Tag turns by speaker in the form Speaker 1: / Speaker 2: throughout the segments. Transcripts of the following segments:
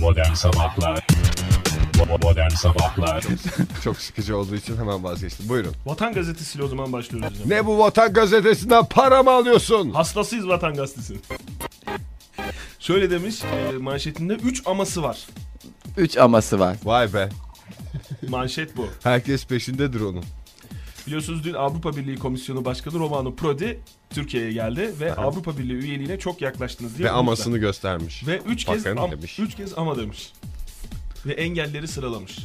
Speaker 1: Modern Sabahlar Bo- Modern Sabahlar
Speaker 2: Çok sıkıcı olduğu için hemen vazgeçtim. Buyurun.
Speaker 3: Vatan gazetesiyle o zaman başlıyoruz. hocam.
Speaker 2: Ne bu vatan gazetesinden para mı alıyorsun?
Speaker 3: Hastasıyız Vatan Gazetesi. Şöyle demiş e, manşetinde 3 aması var.
Speaker 4: Üç aması var.
Speaker 2: Vay be.
Speaker 3: Manşet bu.
Speaker 2: Herkes peşindedir onun.
Speaker 3: Biliyorsunuz dün Avrupa Birliği Komisyonu Başkanı Romano Prodi Türkiye'ye geldi ve Avrupa Birliği üyeliğine çok yaklaştınız diye.
Speaker 2: Ve amasını göstermiş.
Speaker 3: Ve 3 kez,
Speaker 2: Bakın
Speaker 3: am,
Speaker 2: demiş.
Speaker 3: üç kez ama demiş. Ve engelleri sıralamış.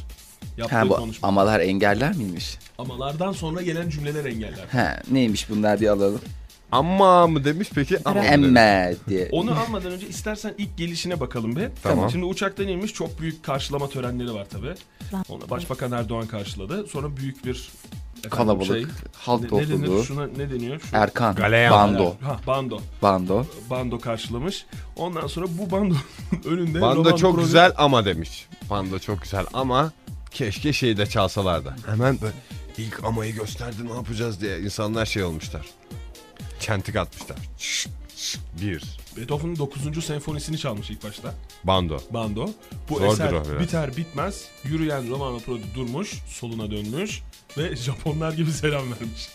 Speaker 3: Yaptığı
Speaker 4: Ha bu
Speaker 3: konuşma.
Speaker 4: amalar engeller miymiş?
Speaker 3: Amalardan sonra gelen cümleler engeller.
Speaker 4: Ha neymiş bunlar diye alalım.
Speaker 2: Amma mı demiş peki? Amma mı demiş?
Speaker 4: Emme diye.
Speaker 3: Onu almadan önce istersen ilk gelişine bakalım bir.
Speaker 2: Tamam.
Speaker 3: Şimdi uçaktan inmiş çok büyük karşılama törenleri var tabii. Onu Başbakan Erdoğan karşıladı. Sonra büyük bir efendim şey,
Speaker 4: Kalabalık, halk
Speaker 3: ne, ne
Speaker 4: topluluğu.
Speaker 3: denir şuna ne deniyor? Şu,
Speaker 4: Erkan.
Speaker 2: Galeyan.
Speaker 4: Bando.
Speaker 3: Ha, bando.
Speaker 4: Bando.
Speaker 3: Bando karşılamış. Ondan sonra bu bando önünde
Speaker 2: Panda
Speaker 3: Roman
Speaker 2: çok
Speaker 3: Prodi-
Speaker 2: güzel ama demiş. Panda çok güzel ama keşke şeyi de çalsalar da. Hemen böyle ilk amayı gösterdi ne yapacağız diye insanlar şey olmuşlar. Çentik atmışlar. Şşt, şşt. Bir.
Speaker 3: Beethoven'ın 9. senfonisini çalmış ilk başta.
Speaker 2: Bando.
Speaker 3: Bando. Bu
Speaker 2: Zordur o
Speaker 3: eser
Speaker 2: biraz.
Speaker 3: biter bitmez yürüyen Romano Prodi durmuş, soluna dönmüş ve Japonlar gibi selam vermiş.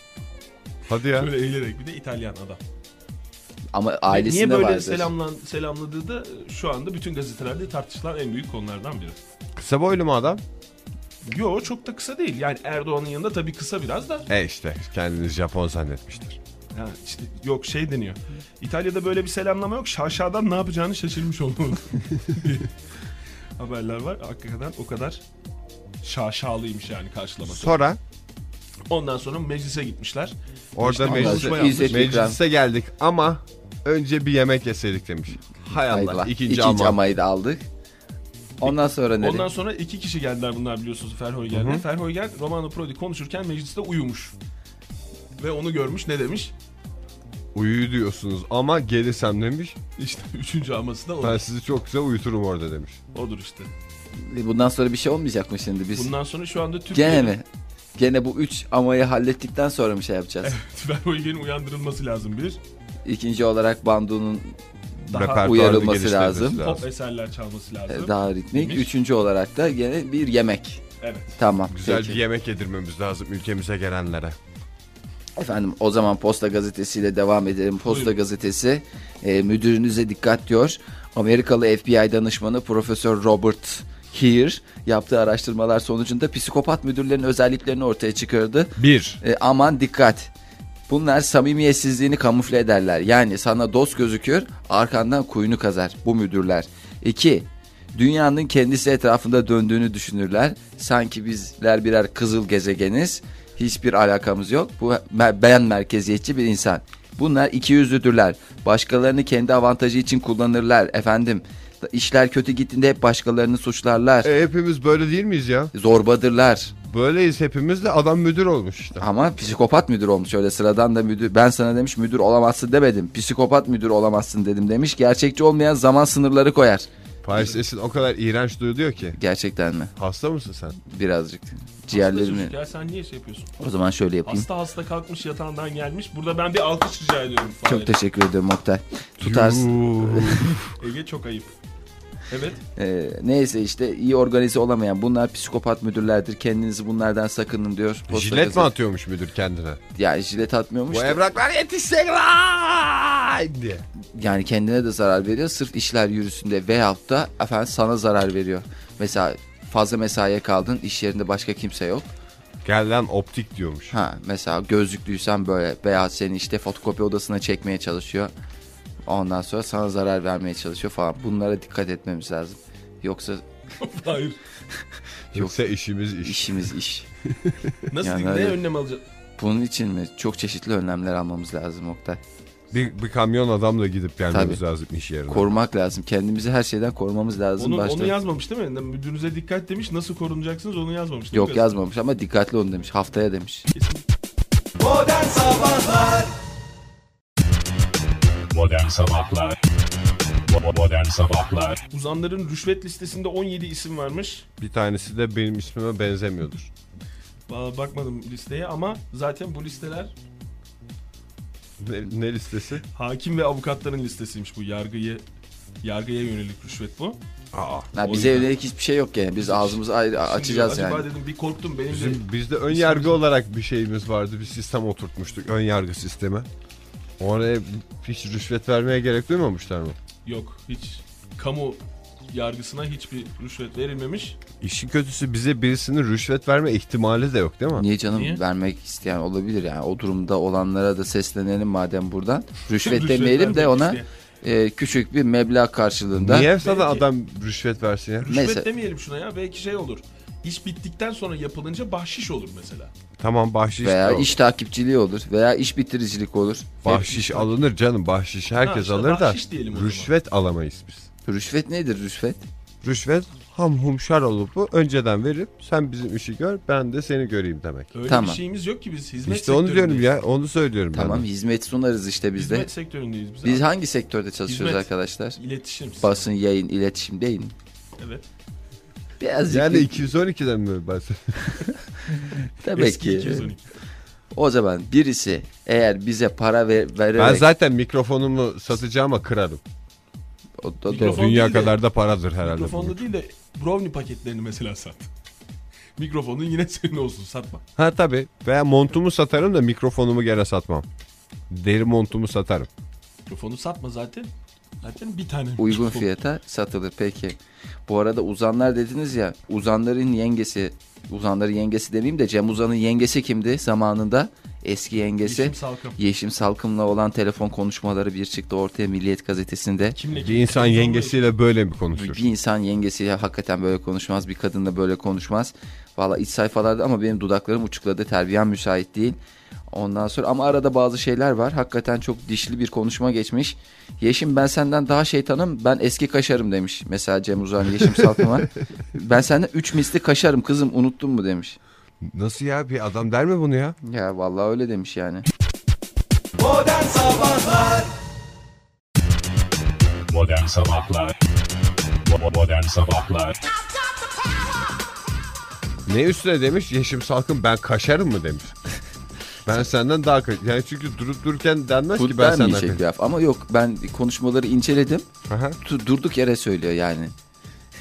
Speaker 2: Hadi ya.
Speaker 3: Böyle eğilerek bir de İtalyan adam.
Speaker 4: Ama
Speaker 3: E, Niye
Speaker 4: ailesinde
Speaker 3: böyle
Speaker 4: vardır.
Speaker 3: selamlan, selamladığı da e, şu anda bütün gazetelerde tartışılan en büyük konulardan biri.
Speaker 2: Kısa boylu mu adam?
Speaker 3: Yo çok da kısa değil. Yani Erdoğan'ın yanında tabii kısa biraz da.
Speaker 2: E işte kendini Japon zannetmiştir.
Speaker 3: Ha, işte, yok şey deniyor. İtalya'da böyle bir selamlama yok. Şaşadan ne yapacağını şaşırmış olmalı. diye Haberler var. Hakikaten o kadar şaşalıymış yani karşılaması.
Speaker 2: Sonra
Speaker 3: Ondan sonra meclise gitmişler.
Speaker 2: orada
Speaker 3: İşte
Speaker 2: meclise,
Speaker 3: konuşma
Speaker 4: Ondan sonra İzzet İkram.
Speaker 2: meclise geldik ama önce bir yemek yeseydik demiş. Hay Allah,
Speaker 4: Hay Allah.
Speaker 2: ikinci,
Speaker 4: İkinci
Speaker 2: ama.
Speaker 4: amayı da aldık. Ondan sonra nereye?
Speaker 3: Ondan sonra iki kişi geldiler bunlar biliyorsunuz Ferhoygen'le. Ferhoygen Romano Prodi konuşurken mecliste uyumuş. Ve onu görmüş ne demiş?
Speaker 2: Uyu diyorsunuz ama gelirsem demiş.
Speaker 3: İşte üçüncü aması da odur,
Speaker 2: Ben sizi çok güzel uyuturum orada demiş.
Speaker 3: odur işte.
Speaker 4: Bundan sonra bir şey olmayacak mı şimdi biz?
Speaker 3: Bundan sonra şu anda Türkiye
Speaker 4: Gene mi? Gene bu üç amayı hallettikten sonra mı şey yapacağız?
Speaker 3: Verhoeven'in uyandırılması lazım bir.
Speaker 4: İkinci olarak e, Bando'nun
Speaker 3: Daha
Speaker 2: Repertuarını
Speaker 4: uyarılması
Speaker 2: genişletmesi
Speaker 4: lazım.
Speaker 3: pop eserler çalması lazım.
Speaker 4: e, daha ritmik.
Speaker 3: Neymiş?
Speaker 4: Üçüncü olarak da gene bir yemek.
Speaker 3: Evet.
Speaker 4: Tamam.
Speaker 2: Güzel
Speaker 4: peki.
Speaker 2: bir yemek yedirmemiz lazım ülkemize gelenlere.
Speaker 4: Efendim o zaman Posta Gazetesi ile devam edelim. Posta
Speaker 3: Buyurun.
Speaker 4: Gazetesi e, müdürünüze dikkat diyor. Amerikalı FBI danışmanı Profesör Robert Heer yaptığı araştırmalar sonucunda psikopat müdürlerin özelliklerini ortaya çıkardı.
Speaker 2: Bir.
Speaker 4: E, aman dikkat. Bunlar samimiyetsizliğini kamufle ederler. Yani sana dost gözükür, arkandan kuyunu kazar bu müdürler. 2. Dünyanın kendisi etrafında döndüğünü düşünürler. Sanki bizler birer kızıl gezegeniz. Hiçbir alakamız yok. Bu me- ben merkeziyetçi bir insan. Bunlar iki yüzlüdürler. Başkalarını kendi avantajı için kullanırlar efendim. İşler kötü gittiğinde hep başkalarını suçlarlar.
Speaker 2: E, hepimiz böyle değil miyiz ya?
Speaker 4: Zorbadırlar.
Speaker 2: Böyleyiz hepimiz de adam müdür olmuş işte.
Speaker 4: Ama psikopat müdür olmuş öyle sıradan da müdür. Ben sana demiş müdür olamazsın demedim. Psikopat müdür olamazsın dedim demiş. Gerçekçi olmayan zaman sınırları koyar.
Speaker 2: Paris Esin o kadar iğrenç duyuluyor ki.
Speaker 4: Gerçekten mi?
Speaker 2: Hasta mısın sen?
Speaker 4: Birazcık.
Speaker 3: Hasta
Speaker 4: Ciğerlerimi.
Speaker 3: çocuk ya sen niye şey yapıyorsun?
Speaker 4: O zaman şöyle yapayım.
Speaker 3: Hasta hasta kalkmış yatağından gelmiş. Burada ben bir alkış rica ediyorum. Fahir'e.
Speaker 4: Çok teşekkür ediyorum Oktay. Tutarsın.
Speaker 2: Yuh.
Speaker 3: Ege çok ayıp. Evet.
Speaker 4: Ee, neyse işte iyi organize olamayan bunlar psikopat müdürlerdir. Kendinizi bunlardan sakının diyor. Posta
Speaker 2: Jilet mi
Speaker 4: gazete-
Speaker 2: atıyormuş müdür kendine?
Speaker 4: Ya jilet atmıyormuş.
Speaker 2: Bu
Speaker 4: da-
Speaker 2: evraklar yetişecek lan diye.
Speaker 4: yani kendine de zarar veriyor. Sırf işler yürüsünde veyahut da efendim sana zarar veriyor. Mesela fazla mesaiye kaldın iş yerinde başka kimse yok.
Speaker 2: Gel lan optik diyormuş.
Speaker 4: Ha mesela gözlüklüysen böyle veya seni işte fotokopi odasına çekmeye çalışıyor. Ondan sonra sana zarar vermeye çalışıyor falan. Bunlara dikkat etmemiz lazım. Yoksa
Speaker 3: Hayır.
Speaker 2: Yoksa işimiz iş.
Speaker 4: işimiz iş.
Speaker 3: Nasıl
Speaker 4: Yani
Speaker 3: ne
Speaker 4: öyle.
Speaker 3: önlem alacağız?
Speaker 4: Bunun için mi? Çok çeşitli önlemler almamız lazım Oktay.
Speaker 2: Bir, bir kamyon adamla gidip gelmemiz
Speaker 4: Tabii.
Speaker 2: lazım iş yerine.
Speaker 4: Korumak lazım. Kendimizi her şeyden korumamız lazım
Speaker 3: Onu,
Speaker 4: başta.
Speaker 3: onu yazmamış değil mi? Müdürünüze dikkat demiş. Nasıl korunacaksınız onu yazmamış. değil mi?
Speaker 4: Yok yazmamış ama dikkatli olun demiş. Haftaya demiş.
Speaker 1: Modern Sabahlar Bo- Modern Sabahlar
Speaker 3: Uzanların rüşvet listesinde 17 isim varmış.
Speaker 2: Bir tanesi de benim ismime benzemiyordur.
Speaker 3: Valla bakmadım listeye ama zaten bu listeler
Speaker 2: Ne, ne listesi?
Speaker 3: Hakim ve avukatların listesiymiş bu yargıyı yargıya yönelik rüşvet bu.
Speaker 2: Aa.
Speaker 4: Ha,
Speaker 3: O
Speaker 4: bize
Speaker 3: yüzden.
Speaker 4: yönelik hiçbir şey yok yani. Biz ağzımızı ayrı, açacağız
Speaker 3: Acaba
Speaker 4: yani.
Speaker 3: dedim bir korktum benim de
Speaker 2: Bizim bizde ön yargı olarak bir şeyimiz vardı. Bir sistem oturtmuştuk. Ön yargı sistemi. Oraya hiç rüşvet vermeye gerek duymamışlar mı?
Speaker 3: yok hiç kamu yargısına hiçbir rüşvet verilmemiş.
Speaker 2: İşin kötüsü bize birisinin rüşvet verme ihtimali de yok değil mi?
Speaker 4: Niye canım
Speaker 3: Niye?
Speaker 4: vermek isteyen olabilir yani. O durumda olanlara da seslenelim madem buradan. Rüşvet
Speaker 3: Rüşvet
Speaker 4: demeyelim de
Speaker 3: vermek
Speaker 4: ona
Speaker 3: isteyen.
Speaker 4: e, küçük bir meblağ karşılığında.
Speaker 2: Niye sana
Speaker 3: Belki-
Speaker 2: adam rüşvet versin ya?
Speaker 3: Rüşvet
Speaker 4: Mesela-
Speaker 3: demeyelim şuna ya belki şey olur. İş bittikten sonra yapılınca bahşiş olur mesela.
Speaker 2: Tamam bahşiş
Speaker 4: Veya
Speaker 2: de olur.
Speaker 4: iş takipçiliği olur. Veya iş bitiricilik olur.
Speaker 2: Bahşiş alınır canım. Bahşiş
Speaker 3: Ha,
Speaker 2: herkes
Speaker 3: işte
Speaker 2: alır da
Speaker 3: bahşiş diyelim o zaman.
Speaker 2: rüşvet alamayız biz.
Speaker 4: Rüşvet nedir rüşvet?
Speaker 2: Rüşvet ham humşar olup bu önceden verip sen bizim işi gör ben de seni göreyim demek.
Speaker 3: Öyle
Speaker 4: Tamam.
Speaker 3: bir şeyimiz yok ki biz hizmet
Speaker 2: işte onu diyorum
Speaker 3: sektöründeyiz.
Speaker 2: ya onu söylüyorum
Speaker 4: Tamam
Speaker 2: ben. de.
Speaker 4: hizmet sunarız işte biz de.
Speaker 3: Hizmet sektöründeyiz biz.
Speaker 4: Biz
Speaker 3: abi.
Speaker 4: hangi sektörde çalışıyoruz
Speaker 3: Hizmet.
Speaker 4: arkadaşlar?
Speaker 3: İletişim.
Speaker 4: Basın, yayın, iletişim değil mi?
Speaker 3: Evet.
Speaker 4: Birazcık
Speaker 2: Yani
Speaker 4: bir-
Speaker 2: 212'den mi bahsediyorsun?
Speaker 4: tabii
Speaker 3: Eski
Speaker 4: ki.
Speaker 3: 212.
Speaker 4: O zaman birisi eğer bize para ver,
Speaker 2: Ben
Speaker 4: vererek
Speaker 2: zaten mikrofonumu satacağıma kırarım.
Speaker 4: O da doğru.
Speaker 3: Mikrofon
Speaker 2: Dünya
Speaker 3: değil de-
Speaker 2: kadar da paradır herhalde. bu.
Speaker 3: Mikrofonda değil de brownie paketlerini mesela sat. Mikrofonun yine senin olsun satma.
Speaker 2: Ha tabii. Veya montumu satarım da mikrofonumu gene satmam. Deri montumu satarım.
Speaker 3: Mikrofonu satma zaten. Zaten bir tane.
Speaker 4: uygun
Speaker 3: mikrofon.
Speaker 4: fiyata satılır peki. Bu arada Uzanlar dediniz ya Uzanların yengesi Uzanların yengesi demeyeyim de Cem Uzan'ın yengesi kimdi zamanında? Eski yengesi
Speaker 3: Yeşim Salkım.
Speaker 4: Yeşim Salkım'la olan telefon konuşmaları bir çıktı ortaya Milliyet gazetesinde.
Speaker 3: Kimle
Speaker 2: Bir insan yengesiyle böyle mi konuşur?
Speaker 4: Bir insan yengesiyle hakikaten böyle konuşmaz. Bir kadınla böyle konuşmaz. Valla iç sayfalarda ama benim dudaklarım uçukladı. Terbiyem müsait değil. Ondan sonra ama arada bazı şeyler var. Hakikaten çok dişli bir konuşma geçmiş. Yeşim ben senden daha şeytanım ben eski kaşarım demiş. Mesela Cem Uzan Yeşim Salkım'a. ben senden üç misli kaşarım kızım unuttun mu demiş.
Speaker 2: Nasıl ya bir adam der mi bunu ya?
Speaker 4: Ya vallahi öyle demiş yani.
Speaker 1: Modern Sabahlar Bo- Modern Sabahlar
Speaker 2: Ne üstüne demiş? Yeşim Salkın ben kaşarım mı demiş. Ben senden daha kaş... Yani çünkü durup dururken denmez ki
Speaker 4: Tut
Speaker 2: ben senden
Speaker 4: vermeyecek
Speaker 2: kaşarım.
Speaker 4: bir laf. Ama yok ben konuşmaları inceledim.
Speaker 2: Aha.
Speaker 4: Tu- durduk yere söylüyor yani.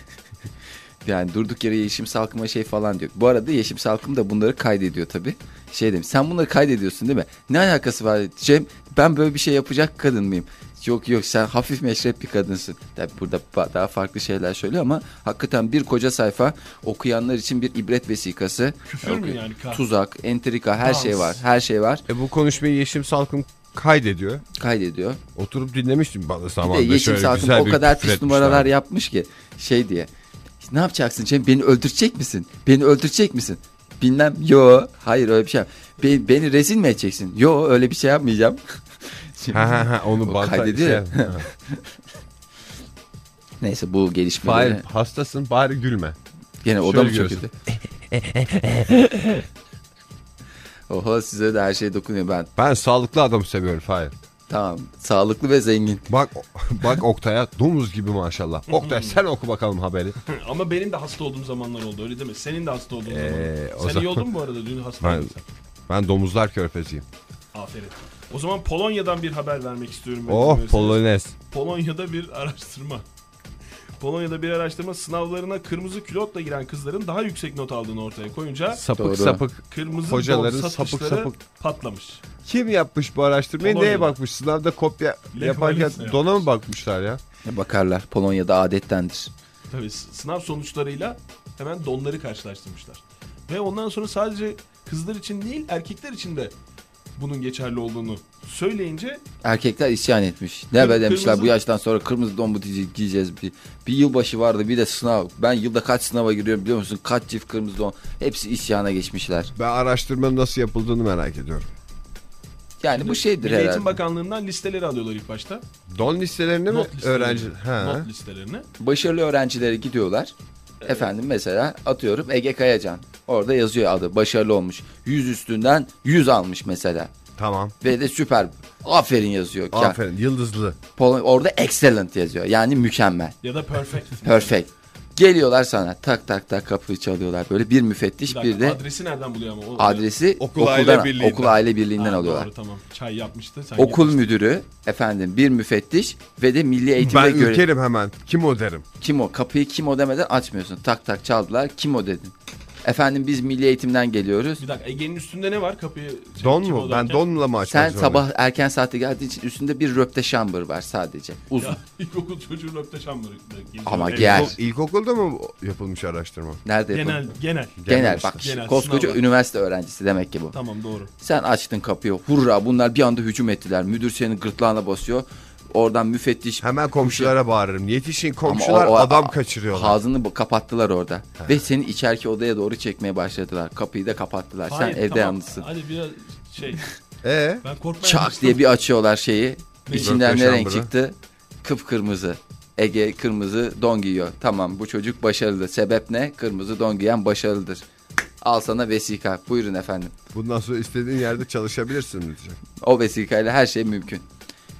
Speaker 4: yani durduk yere Yeşim Salkım'a şey falan diyor. Bu arada Yeşim Salkım da bunları kaydediyor tabii. Şey demiş sen bunları kaydediyorsun değil mi? Ne alakası var Cem? Ben böyle bir şey yapacak kadın mıyım? Yok yok sen hafif meşrep bir kadınsın. Tabii burada ba- daha farklı şeyler söylüyor ama hakikaten bir koca sayfa okuyanlar için bir ibret vesikası.
Speaker 3: Küfür mü yani? Ka-
Speaker 4: Tuzak, entrika her
Speaker 3: Dans.
Speaker 4: şey var. Her şey var.
Speaker 2: E bu konuşmayı Yeşim Salkın kaydediyor.
Speaker 4: Kaydediyor.
Speaker 2: Oturup dinlemiştim bana
Speaker 4: Bir de
Speaker 2: zamanında.
Speaker 4: Yeşim
Speaker 2: şöyle
Speaker 4: Salkım
Speaker 2: güzel
Speaker 4: o
Speaker 2: bir
Speaker 4: kadar
Speaker 2: küfür
Speaker 4: pis numaralar
Speaker 2: etmişler.
Speaker 4: yapmış ki şey diye. Ne yapacaksın Cem? Beni öldürecek misin? Beni öldürecek misin? Bilmem. Yo. Hayır öyle bir şey. yap- Be- beni rezil mi edeceksin? Yo öyle bir şey yapmayacağım.
Speaker 2: Ha ha ha
Speaker 4: O
Speaker 2: onu bantay-
Speaker 4: kaydediyor.
Speaker 2: şey- Ha.
Speaker 4: Neyse bu gelişmeleri.
Speaker 2: Fahir hastasın bari gülme.
Speaker 4: Gene o da
Speaker 2: Şöyle
Speaker 4: mı çok
Speaker 2: görsün.
Speaker 4: kötü? Oho size de her şey dokunuyor ben.
Speaker 2: Ben sağlıklı adam seviyorum Fahir.
Speaker 4: Tamam. Sağlıklı ve zengin.
Speaker 2: Bak bak Oktay'a domuz gibi maşallah.
Speaker 4: Hmm.
Speaker 2: Oktay sen oku bakalım haberi.
Speaker 3: Ama benim de hasta olduğum zamanlar oldu öyle deme. Senin de hasta olduğun
Speaker 2: Ee,
Speaker 3: zamanlar.
Speaker 2: o
Speaker 3: Sen
Speaker 2: zaman-
Speaker 3: iyi oldun mu bu arada dün hasta
Speaker 2: Ben-
Speaker 3: oldun sen.
Speaker 2: Ben domuzlar körfeziyim.
Speaker 3: Aferin. O zaman Polonya'dan bir haber vermek istiyorum. ben
Speaker 2: Oh
Speaker 3: izin verirseniz.
Speaker 2: Polonez.
Speaker 3: Polonya'da bir araştırma. Polonya'da bir araştırma sınavlarına kırmızı külotla giren kızların daha yüksek not aldığını ortaya koyunca
Speaker 2: Sapık
Speaker 4: Doğru.
Speaker 2: sapık.
Speaker 3: kırmızı
Speaker 2: Hocaların
Speaker 3: don satışları
Speaker 2: sapık sapık-
Speaker 3: patlamış.
Speaker 2: Kim yapmış bu araştırmayı? Neye
Speaker 3: Polonya'da.
Speaker 2: bakmış? Sınavda kopya
Speaker 3: Lehman'ın
Speaker 2: yaparken
Speaker 3: yapmış.
Speaker 2: dona mı bakmışlar ya?
Speaker 4: Bakarlar. Polonya'da adettendir.
Speaker 3: Tabii s- sınav sonuçlarıyla hemen donları karşılaştırmışlar. Ve ondan sonra sadece kızlar için değil erkekler için de bunun geçerli olduğunu söyleyince
Speaker 4: Erkekler isyan etmiş. Ne be
Speaker 3: Kır-
Speaker 4: demişler
Speaker 3: kırmızı-
Speaker 4: bu yaştan sonra kırmızı don mu diye- giyeceğiz. Bir, bir yılbaşı vardı bir de sınav. Ben yılda kaç sınava giriyorum biliyor musun? Kaç çift kırmızı don. Hepsi isyana geçmişler.
Speaker 2: Ben araştırmanın nasıl yapıldığını merak ediyorum.
Speaker 4: Yani E, bu şeydir
Speaker 3: Milli Eğitim
Speaker 4: herhalde.
Speaker 3: Bakanlığı'ndan listeleri alıyorlar ilk başta.
Speaker 2: Don listelerini mi?
Speaker 3: Not listelerini.
Speaker 2: Öğrenci. Ha.
Speaker 3: Not listelerini.
Speaker 4: Başarılı öğrencileri gidiyorlar. Efendim mesela atıyorum Ege Kayacan. Orada yazıyor adı. Başarılı olmuş. 100 üstünden 100 almış mesela.
Speaker 2: Tamam.
Speaker 4: Ve de süper. Aferin yazıyor. Ya,
Speaker 2: Aferin. Yıldızlı.
Speaker 4: Polonya- orada excellent yazıyor. Yani mükemmel.
Speaker 3: Ya da perfect.
Speaker 4: Perfect. Geliyorlar sana tak tak tak kapıyı çalıyorlar. Böyle bir
Speaker 3: Bir
Speaker 4: müfettiş bir
Speaker 3: dakika,
Speaker 4: de
Speaker 3: adresi nereden buluyor ama? O,
Speaker 4: adresi
Speaker 2: Okul
Speaker 4: okuldan,
Speaker 2: aile birliğinden.
Speaker 4: okul aile birliğinden
Speaker 3: Ha,
Speaker 4: alıyorlar.
Speaker 3: Doğru tamam. Çay yapmıştı. Sen
Speaker 4: Okul
Speaker 3: yapmıştın.
Speaker 4: müdürü efendim bir müfettiş ve de milli eğitimde
Speaker 2: Ben
Speaker 4: göre
Speaker 2: ülkerim hemen. Kim o derim.
Speaker 4: kim o kapıyı kim o demeden açmıyorsun. Tak tak çaldılar kim o dedin. Efendim biz milli eğitimden geliyoruz.
Speaker 3: Bir dakika Ege'nin üstünde ne var kapıyı? şey,
Speaker 2: Don
Speaker 3: kim o
Speaker 2: mu? Ben
Speaker 3: derken?
Speaker 2: donla mı
Speaker 4: Sen
Speaker 2: açmak
Speaker 4: sabah erken saatte geldiğin için üstünde bir röpte şambır var sadece. Uzun.
Speaker 3: Ya ilkokul çocuğu röpte çamları.
Speaker 4: Ama
Speaker 3: Evet,
Speaker 4: gel.
Speaker 3: o-
Speaker 2: İlk, ilkokulda mı yapılmış araştırma?
Speaker 4: Nerede yapıldı?
Speaker 3: Genel, genel.
Speaker 4: Genel, bak
Speaker 3: Genel,
Speaker 4: koskoca
Speaker 3: sınavlar.
Speaker 4: üniversite öğrencisi demek ki bu.
Speaker 3: Tamam doğru.
Speaker 4: Sen açtın kapıyı hurra bunlar bir anda hücum ettiler. Müdür senin gırtlağına basıyor. Oradan müfettiş
Speaker 2: Hemen komşulara bağırırım. Yetişin
Speaker 4: Ama o-
Speaker 2: komşular
Speaker 4: o-
Speaker 2: adam kaçırıyorlar.
Speaker 4: Ağzını bu- kapattılar orada. Ve seni içerki odaya doğru çekmeye başladılar. Kapıyı da kapattılar.
Speaker 3: Hayır,
Speaker 4: Sen evde
Speaker 3: tamam.
Speaker 4: yalnızsın.
Speaker 3: Hadi biraz şey
Speaker 2: Ee?
Speaker 3: ben korkmaya
Speaker 4: Çak diye bir açıyorlar şeyi.
Speaker 3: Neyse.
Speaker 4: İçinden ne
Speaker 2: Röportaj
Speaker 4: renk
Speaker 2: şambırı.
Speaker 4: çıktı? Kıpkırmızı. Ege kırmızı don giyiyor. Tamam bu çocuk başarılı. Sebep ne? Kırmızı don giyen başarılıdır. Al sana vesika. Buyurun efendim.
Speaker 2: Bundan sonra istediğin yerde çalışabilirsin diyecek. E
Speaker 4: O vesikayla her şey mümkün.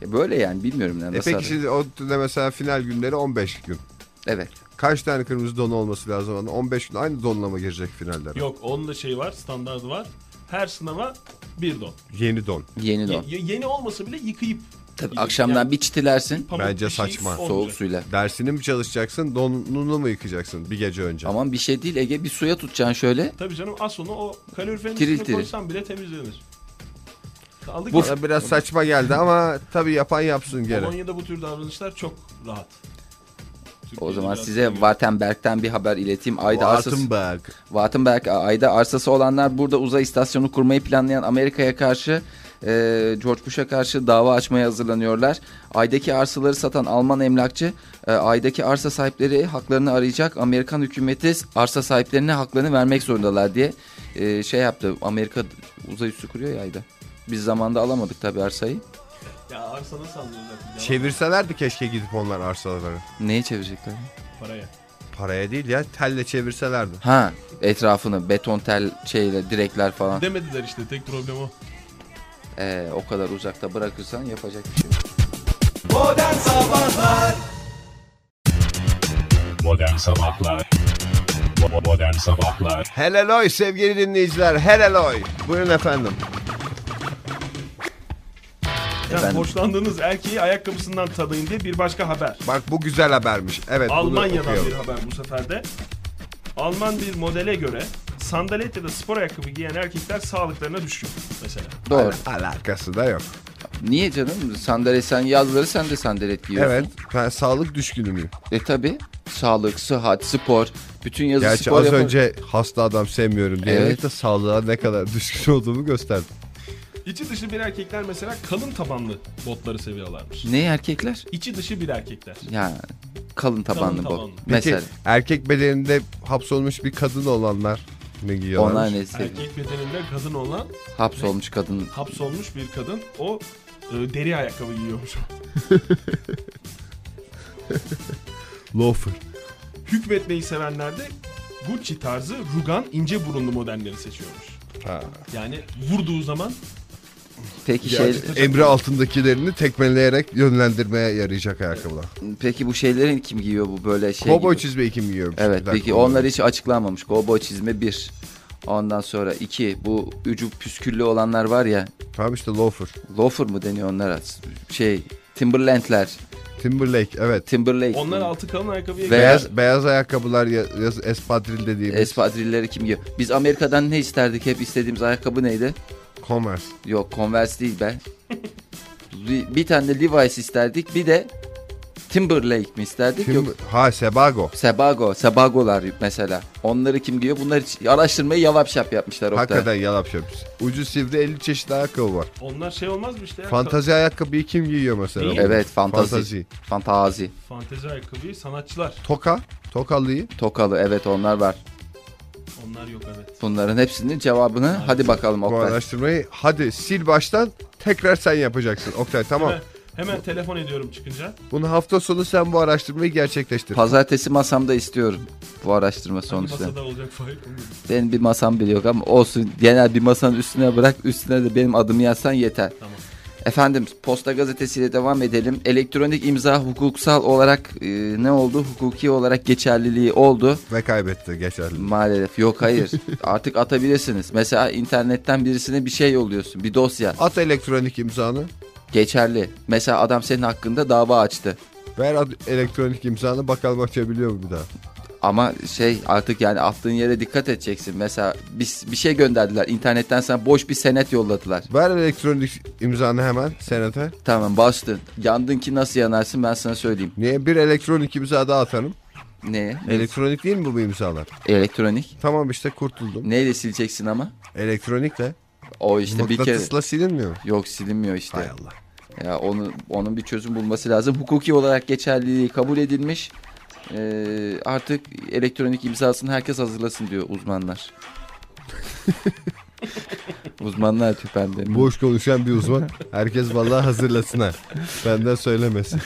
Speaker 4: E böyle yani bilmiyorum ne
Speaker 2: E
Speaker 4: nasıl.
Speaker 2: peki şimdi o da mesela final günleri 15 gün.
Speaker 4: Evet.
Speaker 2: Kaç tane kırmızı don olması lazım? 15 gün aynı donla mı girecek finallere?
Speaker 3: Yok onun da şeyi var standardı var. Her sınava bir don.
Speaker 2: Yeni don.
Speaker 4: Yeni
Speaker 3: Ye-
Speaker 4: don.
Speaker 3: ye- yeni olmasa bile yıkayıp.
Speaker 4: Tabii
Speaker 3: Yani
Speaker 4: akşamdan bir çitilersin.
Speaker 3: pamuk
Speaker 2: Bence
Speaker 3: bir şey
Speaker 2: saçma.
Speaker 3: olmayacak.
Speaker 4: Soğuk suyla.
Speaker 2: Dersini mi çalışacaksın, donunu mu yıkacaksın bir gece önce?
Speaker 4: Aman bir şey değil Ege bir suya tutacaksın şöyle.
Speaker 3: Tabii canım az sonra o kaloriferin
Speaker 4: Tiril
Speaker 3: üstüne
Speaker 4: tiril.
Speaker 3: koysan bile temizlenir. Kaldı ki
Speaker 2: Bana biraz saçma geldi ama tabii yapan yapsın gene.
Speaker 3: Polonya'da bu tür davranışlar çok rahat.
Speaker 4: O
Speaker 3: Türkiye'de
Speaker 4: zaman
Speaker 3: biraz şey-
Speaker 4: size
Speaker 3: daha-
Speaker 4: Wartenberg'den bir haber ileteyim. Ayda arsası,
Speaker 2: Wartenberg.
Speaker 4: Wartenberg ayda arsası olanlar burada uzay istasyonu kurmayı planlayan Amerika'ya karşı e, George Bush'a karşı dava açmaya hazırlanıyorlar. Aydaki arsaları satan Alman emlakçı e, aydaki arsa sahipleri haklarını arayacak. Amerikan hükümeti arsa sahiplerine haklarını vermek zorundalar diye e, şey yaptı. Amerika uzay üssü kuruyor ya ayda. Biz zamanda alamadık tabii arsayı.
Speaker 3: Ya arsa nasıl anlayacak? Yalan
Speaker 2: Şey- Çevirselerdi keşke gidip onlar arsaları.
Speaker 4: Neye çevirecekler?
Speaker 3: Paraya.
Speaker 2: Paraya değil ya telle çevirselerdi.
Speaker 4: Ha etrafını beton tel şeyle direkler falan.
Speaker 3: Demediler işte tek problem o.
Speaker 4: Ee, o kadar uzakta bırakırsan yapacak bir şey yok.
Speaker 1: Modern Sabahlar Bo- Modern Sabahlar
Speaker 2: Heleloy sevgili dinleyiciler heleloy. Buyurun efendim.
Speaker 3: Yani
Speaker 4: Efendim?
Speaker 3: hoşlandığınız erkeği ayakkabısından tanıyın diye bir başka haber.
Speaker 2: Bak bu güzel habermiş. Evet bunu
Speaker 3: Almanya'dan
Speaker 2: okuyalım.
Speaker 3: bir haber bu sefer de. Alman bir modele göre sandalet ya da spor ayakkabı giyen erkekler sağlıklarına düşkün mesela.
Speaker 4: Doğru.
Speaker 2: Alakası da yok.
Speaker 4: Niye canım? Sandalet sen yazları sen de sandalet giyiyorsun.
Speaker 2: Evet ben sağlık düşkünü müyüm?
Speaker 4: E tabi. Sağlık, sıhhat, spor. Bütün yazı
Speaker 2: Gerçi
Speaker 4: spor
Speaker 2: az
Speaker 4: yapar-
Speaker 2: önce hasta adam sevmiyorum diyerek
Speaker 4: Evet.
Speaker 2: de sağlığa ne kadar düşkün olduğumu gösterdim.
Speaker 3: İçi dışı bir erkekler mesela kalın tabanlı botları seviyorlarmış.
Speaker 4: Ne erkekler?
Speaker 3: İçi dışı bir erkekler.
Speaker 4: Ya kalın tabanlı bu.
Speaker 3: tabanlı.
Speaker 2: Peki
Speaker 4: Mesela.
Speaker 2: erkek bedeninde hapsolmuş bir kadın olanlar ne giyiyorlar?
Speaker 4: Onlar ne seviyor?
Speaker 3: Erkek bedeninde kadın olan
Speaker 4: Hapsolmuş kadın.
Speaker 3: hapsolmuş bir kadın o e, deri ayakkabı giyiyormuş.
Speaker 2: Loafer.
Speaker 3: Hükmetmeyi sevenler de Gucci tarzı rugan ince burunlu modelleri seçiyormuş.
Speaker 2: Ha.
Speaker 3: Yani vurduğu zaman
Speaker 4: Peki şey,
Speaker 2: Emri altındakilerini tekmeleyerek yönlendirmeye yarayacak ayakkabılar.
Speaker 4: peki bu şeylerin kim giyiyor bu böyle şey?
Speaker 2: Kovboy
Speaker 4: gibi?
Speaker 2: çizmeyi kim giyiyor?
Speaker 4: Evet
Speaker 2: Bir dakika,
Speaker 4: peki onlar hiç açıklanmamış. Kovboy çizme bir. Ondan sonra iki bu ucu püsküllü olanlar var ya.
Speaker 2: Tamam işte loafer.
Speaker 4: Loafer mı deniyor onlara? Şey Timberland'ler.
Speaker 2: Timberlake evet.
Speaker 4: Timberlake.
Speaker 3: onlar altı kalın ayakkabıya
Speaker 4: Ve-
Speaker 3: giyiyor.
Speaker 2: Beyaz beyaz ayakkabılar ya- yaz espadril dediğimiz.
Speaker 4: Espadrilleri kim giyiyor? Biz Amerika'dan ne isterdik? Hep istediğimiz ayakkabı neydi?
Speaker 2: Commerce.
Speaker 4: Yok Converse değil be. bir, bir tane de Levi's isterdik. Bir de Timberlake mi isterdik?
Speaker 2: Tim-
Speaker 4: Yok.
Speaker 2: ha Sebago.
Speaker 4: Sebago, Sebagolar mesela. Onları kim giyiyor? Bunlar hiç araştırmayı yalap şap yapmışlar Oktay.
Speaker 2: Hakikaten yalap şöpüs. Ucu sivri 50 çeşit ayakkabı var.
Speaker 3: Onlar şey olmaz mı işte ya?
Speaker 2: Fantazi ayakkabıyı kim giyiyor mesela?
Speaker 3: Neyi?
Speaker 4: Evet, fantazi. Fantazi.
Speaker 2: Fantazi.
Speaker 3: Ka- Fantezi ayakkabıyı sanatçılar.
Speaker 2: Toka. Tokalıyı.
Speaker 4: Tokalı evet onlar var.
Speaker 3: Onlar yok evet.
Speaker 4: Bunların hepsinin cevabını hadi bakalım
Speaker 2: Bu
Speaker 4: Oktay.
Speaker 2: araştırmayı hadi sil baştan tekrar sen yapacaksın. Oktay tamam.
Speaker 3: Hemen, hemen telefon ediyorum çıkınca.
Speaker 2: Bunu hafta sonu sen bu araştırmayı gerçekleştir.
Speaker 4: Pazartesi masamda istiyorum bu araştırma sonuçta.
Speaker 3: Masada olacak Fahir. Bilmiyorum.
Speaker 4: Benim bir masam bile yok ama olsun. Genel bir masanın üstüne bırak. Üstüne de benim adımı yazsan yeter.
Speaker 3: Tamam.
Speaker 4: Efendim Posta Gazetesi'yle devam edelim. Elektronik imza hukuksal olarak e, ne oldu? Hukuki olarak geçerliliği oldu.
Speaker 2: Ve kaybetti geçerli.
Speaker 4: Maalesef yok hayır. Artık atabilirsiniz. Mesela internetten birisine bir şey yolluyorsun. Bir dosya.
Speaker 2: At elektronik imzanı.
Speaker 4: Geçerli. Mesela adam senin hakkında dava açtı.
Speaker 2: Ver ad- elektronik imzanı bakalım açabiliyor mu bir daha.
Speaker 4: Ama şey artık yani attığın yere dikkat edeceksin. Mesela bir, bir şey gönderdiler. internetten sana boş bir senet yolladılar.
Speaker 2: Ver elektronik imzanı hemen senete.
Speaker 4: Tamam bastın. Yandın ki nasıl yanarsın ben sana söyleyeyim.
Speaker 2: Niye? Bir elektronik imza daha atarım.
Speaker 4: Neye?
Speaker 2: Elektronik değil mi bu imzalar?
Speaker 4: Elektronik.
Speaker 2: Tamam işte kurtuldum.
Speaker 4: Neyle sileceksin ama?
Speaker 2: Elektronikle.
Speaker 4: O işte bir kere.
Speaker 2: Mıknatısla silinmiyor mu?
Speaker 4: Yok silinmiyor işte.
Speaker 2: Hay Allah.
Speaker 4: Ya onu, onun bir çözüm bulması lazım. Hukuki olarak geçerliliği kabul edilmiş. Ee, artık elektronik imzasını herkes hazırlasın diyor uzmanlar. uzmanlar diyor ben de.
Speaker 2: Boş konuşan bir uzman. Herkes vallahi hazırlasın ha. Benden söylemesin.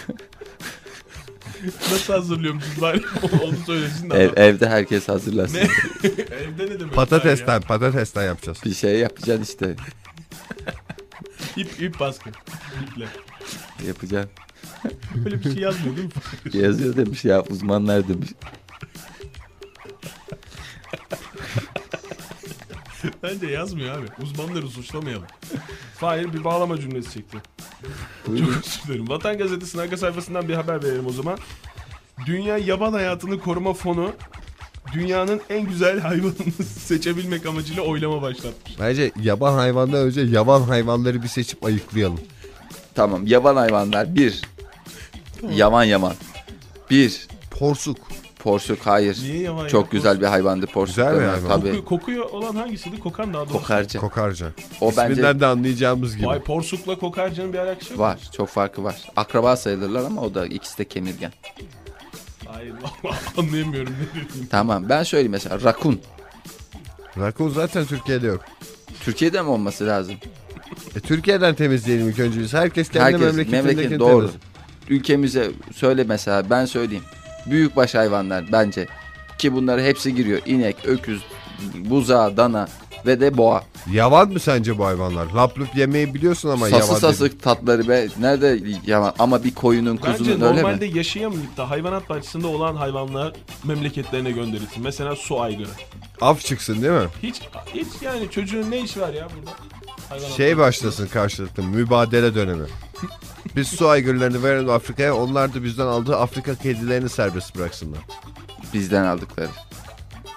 Speaker 3: Nasıl hazırlıyormuşuz bari onu söylesin de.
Speaker 4: Ev-
Speaker 3: adam.
Speaker 4: evde herkes hazırlasın.
Speaker 3: Ne? Evde ne demek? ya?
Speaker 2: Patatesten, patatesten yapacağız.
Speaker 4: Bir şey yapacaksın işte.
Speaker 3: İp, ip baskı. İple.
Speaker 4: Yapacaksın.
Speaker 3: Böyle bir şey yazmıyor değil mi?
Speaker 4: Yazıyor demiş ya uzmanlar demiş.
Speaker 3: Bence yazmıyor abi. Uzmanları suçlamayalım. Fahir bir bağlama cümlesi çekti. Çok özür dilerim. Vatan Gazetesi'nin arka sayfasından bir haber verelim o zaman. Dünya Yaban Hayatını Koruma Fonu dünyanın en güzel hayvanını seçebilmek amacıyla oylama başlatmış.
Speaker 2: Bence yaban hayvandan önce yaban hayvanları bir seçip ayıklayalım.
Speaker 4: Tamam yaban hayvanlar bir. Yaman yaman. Bir.
Speaker 2: Porsuk.
Speaker 4: Porsuk hayır.
Speaker 3: Niye yaman
Speaker 4: Çok
Speaker 3: yaman?
Speaker 4: güzel bir hayvandı porsuk.
Speaker 2: Güzel bir
Speaker 4: denen,
Speaker 2: hayvan.
Speaker 4: Tabii.
Speaker 3: Kokuyor, kokuyor olan hangisiydi? Kokan daha doğrusu.
Speaker 4: Kokarca.
Speaker 2: Kokarca.
Speaker 4: O
Speaker 2: İsminden
Speaker 4: bence
Speaker 2: de anlayacağımız gibi.
Speaker 3: Vay porsukla kokarcanın bir alakası yok.
Speaker 4: var. Çok farkı var. Akraba sayılırlar ama o da ikisi de kemirgen.
Speaker 3: Hayır valla anlayamıyorum ne dediğini.
Speaker 4: Tamam ben söyleyeyim mesela rakun.
Speaker 2: Rakun zaten Türkiye'de yok.
Speaker 4: Türkiye'de mi olması lazım?
Speaker 2: E, Türkiye'den temizleyelim ilk önce biz. Herkes kendi
Speaker 4: Herkes
Speaker 2: memleketindekini
Speaker 4: memleket doğru.
Speaker 2: temizlesin.
Speaker 4: Ülkemize söyle mesela ben söyleyeyim. Büyükbaş hayvanlar bence ki bunları hepsi giriyor. İnek, öküz, buzağı, dana ve de boğa.
Speaker 2: Yavan mı sence bu hayvanlar? Lap lup yemeyi biliyorsun ama
Speaker 4: sası
Speaker 2: yavan
Speaker 4: sası
Speaker 2: değil.
Speaker 4: tatları be nerede yaman ama bir koyunun
Speaker 3: Bence
Speaker 4: kuzunun öyle
Speaker 3: normalde
Speaker 4: mi?
Speaker 3: yaşayamayıp da hayvanat bahçesinde olan hayvanlar memleketlerine gönderilsin. Mesela su aygırı.
Speaker 2: Af çıksın değil mi?
Speaker 3: Hiç hiç yani çocuğun ne işi var ya burada? Hayvanat
Speaker 2: Şey
Speaker 3: bahçesinde.
Speaker 2: başlasın karşılıklı mübadele dönemi. Biz su aygırlarını verelim Afrika'ya onlar da bizden aldığı Afrika kedilerini serbest bıraksınlar.
Speaker 4: Bizden aldıkları.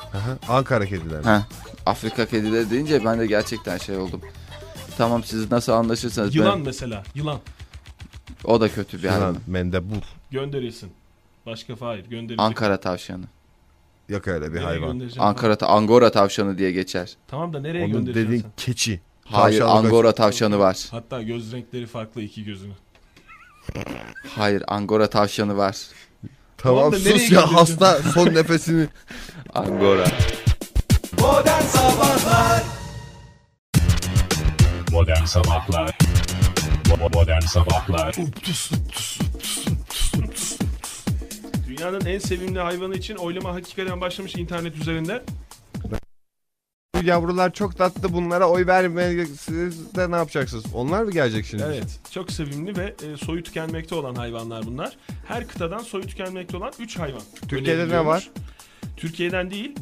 Speaker 2: Aha, Ankara kedilerini.
Speaker 4: Ha. Afrika kedileri deyince ben de gerçekten şey oldum. Tamam siz nasıl anlaşırsanız
Speaker 3: Yılan
Speaker 4: ben-
Speaker 3: mesela. Yılan.
Speaker 4: o da kötü bir hayvan.
Speaker 2: Ulan mendebur.
Speaker 3: Gönderilsin. Başka hayır gönderilsin.
Speaker 4: Ankara tavşanı.
Speaker 2: Yok öyle bir
Speaker 3: Nereye
Speaker 2: hayvan.
Speaker 3: göndereceğim?
Speaker 4: Ankara ta- Angora tavşanı diye geçer.
Speaker 3: Tamam da nereye
Speaker 2: Onun
Speaker 3: göndereceksin
Speaker 2: dediğin
Speaker 3: sen?
Speaker 2: keçi.
Speaker 4: Hayır
Speaker 2: Tavşanla
Speaker 4: Angora tavşanı var.
Speaker 3: Hatta göz renkleri farklı iki gözünü.
Speaker 4: Hayır Angora tavşanı var.
Speaker 2: Tamam
Speaker 3: Oğlum da nereye
Speaker 2: sus ya
Speaker 3: gidiyorsun?
Speaker 2: hasta son nefesini.
Speaker 4: Angora.
Speaker 1: Modern Sabahlar Modern Sabahlar
Speaker 3: Dünyanın en sevimli hayvanı için oylama hakikaten başlamış internet üzerinde.
Speaker 2: Bu yavrular çok tatlı bunlara oy vermeyeceksiniz de ne yapacaksınız? Onlar mı gelecek şimdi?
Speaker 3: Evet. Çok sevimli ve e, soyu tükenmekte olan hayvanlar bunlar. Her kıtadan soyu tükenmekte olan 3 hayvan.
Speaker 2: Türkiye'de ne
Speaker 3: öneriliyormuş.
Speaker 2: var?
Speaker 3: Türkiye'den değil.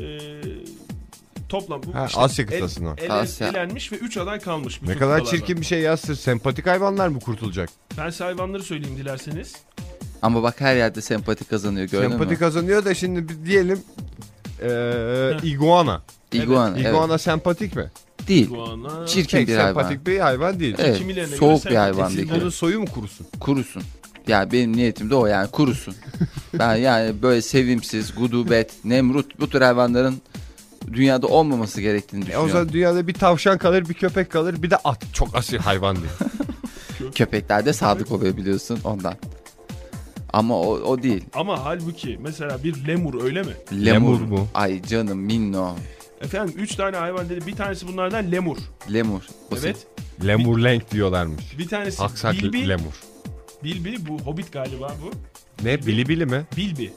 Speaker 3: e, toplam bu
Speaker 2: Ha, Asya kıtasından.
Speaker 3: el- ele-
Speaker 4: Asya.
Speaker 3: elenmiş ve 3 aday kalmış. bütün
Speaker 2: Ne kadar
Speaker 3: kıtalardan.
Speaker 2: çirkin bir şey yazsın. Sempatik hayvanlar mı kurtulacak?
Speaker 3: Ben size hayvanları söyleyeyim dilerseniz.
Speaker 4: Ama bak her yerde sempati kazanıyor gördün
Speaker 2: Sempati
Speaker 4: mü?
Speaker 2: kazanıyor da şimdi biz diyelim eee iguana.
Speaker 4: İguana. Evet.
Speaker 2: İguana sempatik mi?
Speaker 4: Değil.
Speaker 3: Guana.
Speaker 4: Çirkin
Speaker 2: Pek
Speaker 4: bir hayvan.
Speaker 2: sempatik bir hayvan değil.
Speaker 4: Evet.
Speaker 3: Kimilerine göre
Speaker 4: Soğuk bir
Speaker 3: sempatik.
Speaker 4: hayvan.
Speaker 2: Siz
Speaker 4: bir
Speaker 2: bunun
Speaker 4: kere.
Speaker 2: soyu mu kurusun?
Speaker 4: Kurusun. Yani benim niyetim de o yani kurusun. ben yani böyle sevimsiz, gudubet, nemrut bu tür hayvanların dünyada olmaması gerektiğini
Speaker 2: E o
Speaker 4: düşünüyorum.
Speaker 2: zaman dünyada bir tavşan kalır, bir köpek kalır, bir de at. Çok asil hayvan değil.
Speaker 4: Köpekler de sadık oluyor biliyorsun ondan. Ama o, o değil.
Speaker 3: Ama halbuki mesela bir lemur öyle mi?
Speaker 4: Lemur.
Speaker 2: Lemur bu.
Speaker 4: Ay canım minno.
Speaker 3: Efendim 3 tane hayvan dedi. Bir tanesi bunlardan lemur.
Speaker 4: Lemur. O
Speaker 3: evet.
Speaker 2: lemur lenk diyorlarmış.
Speaker 3: Bir tanesi
Speaker 2: Aksak
Speaker 3: bilbi.
Speaker 2: lemur.
Speaker 3: bilbi bu hobbit galiba bu.
Speaker 2: Ne bili bili mi?
Speaker 3: Bilbi.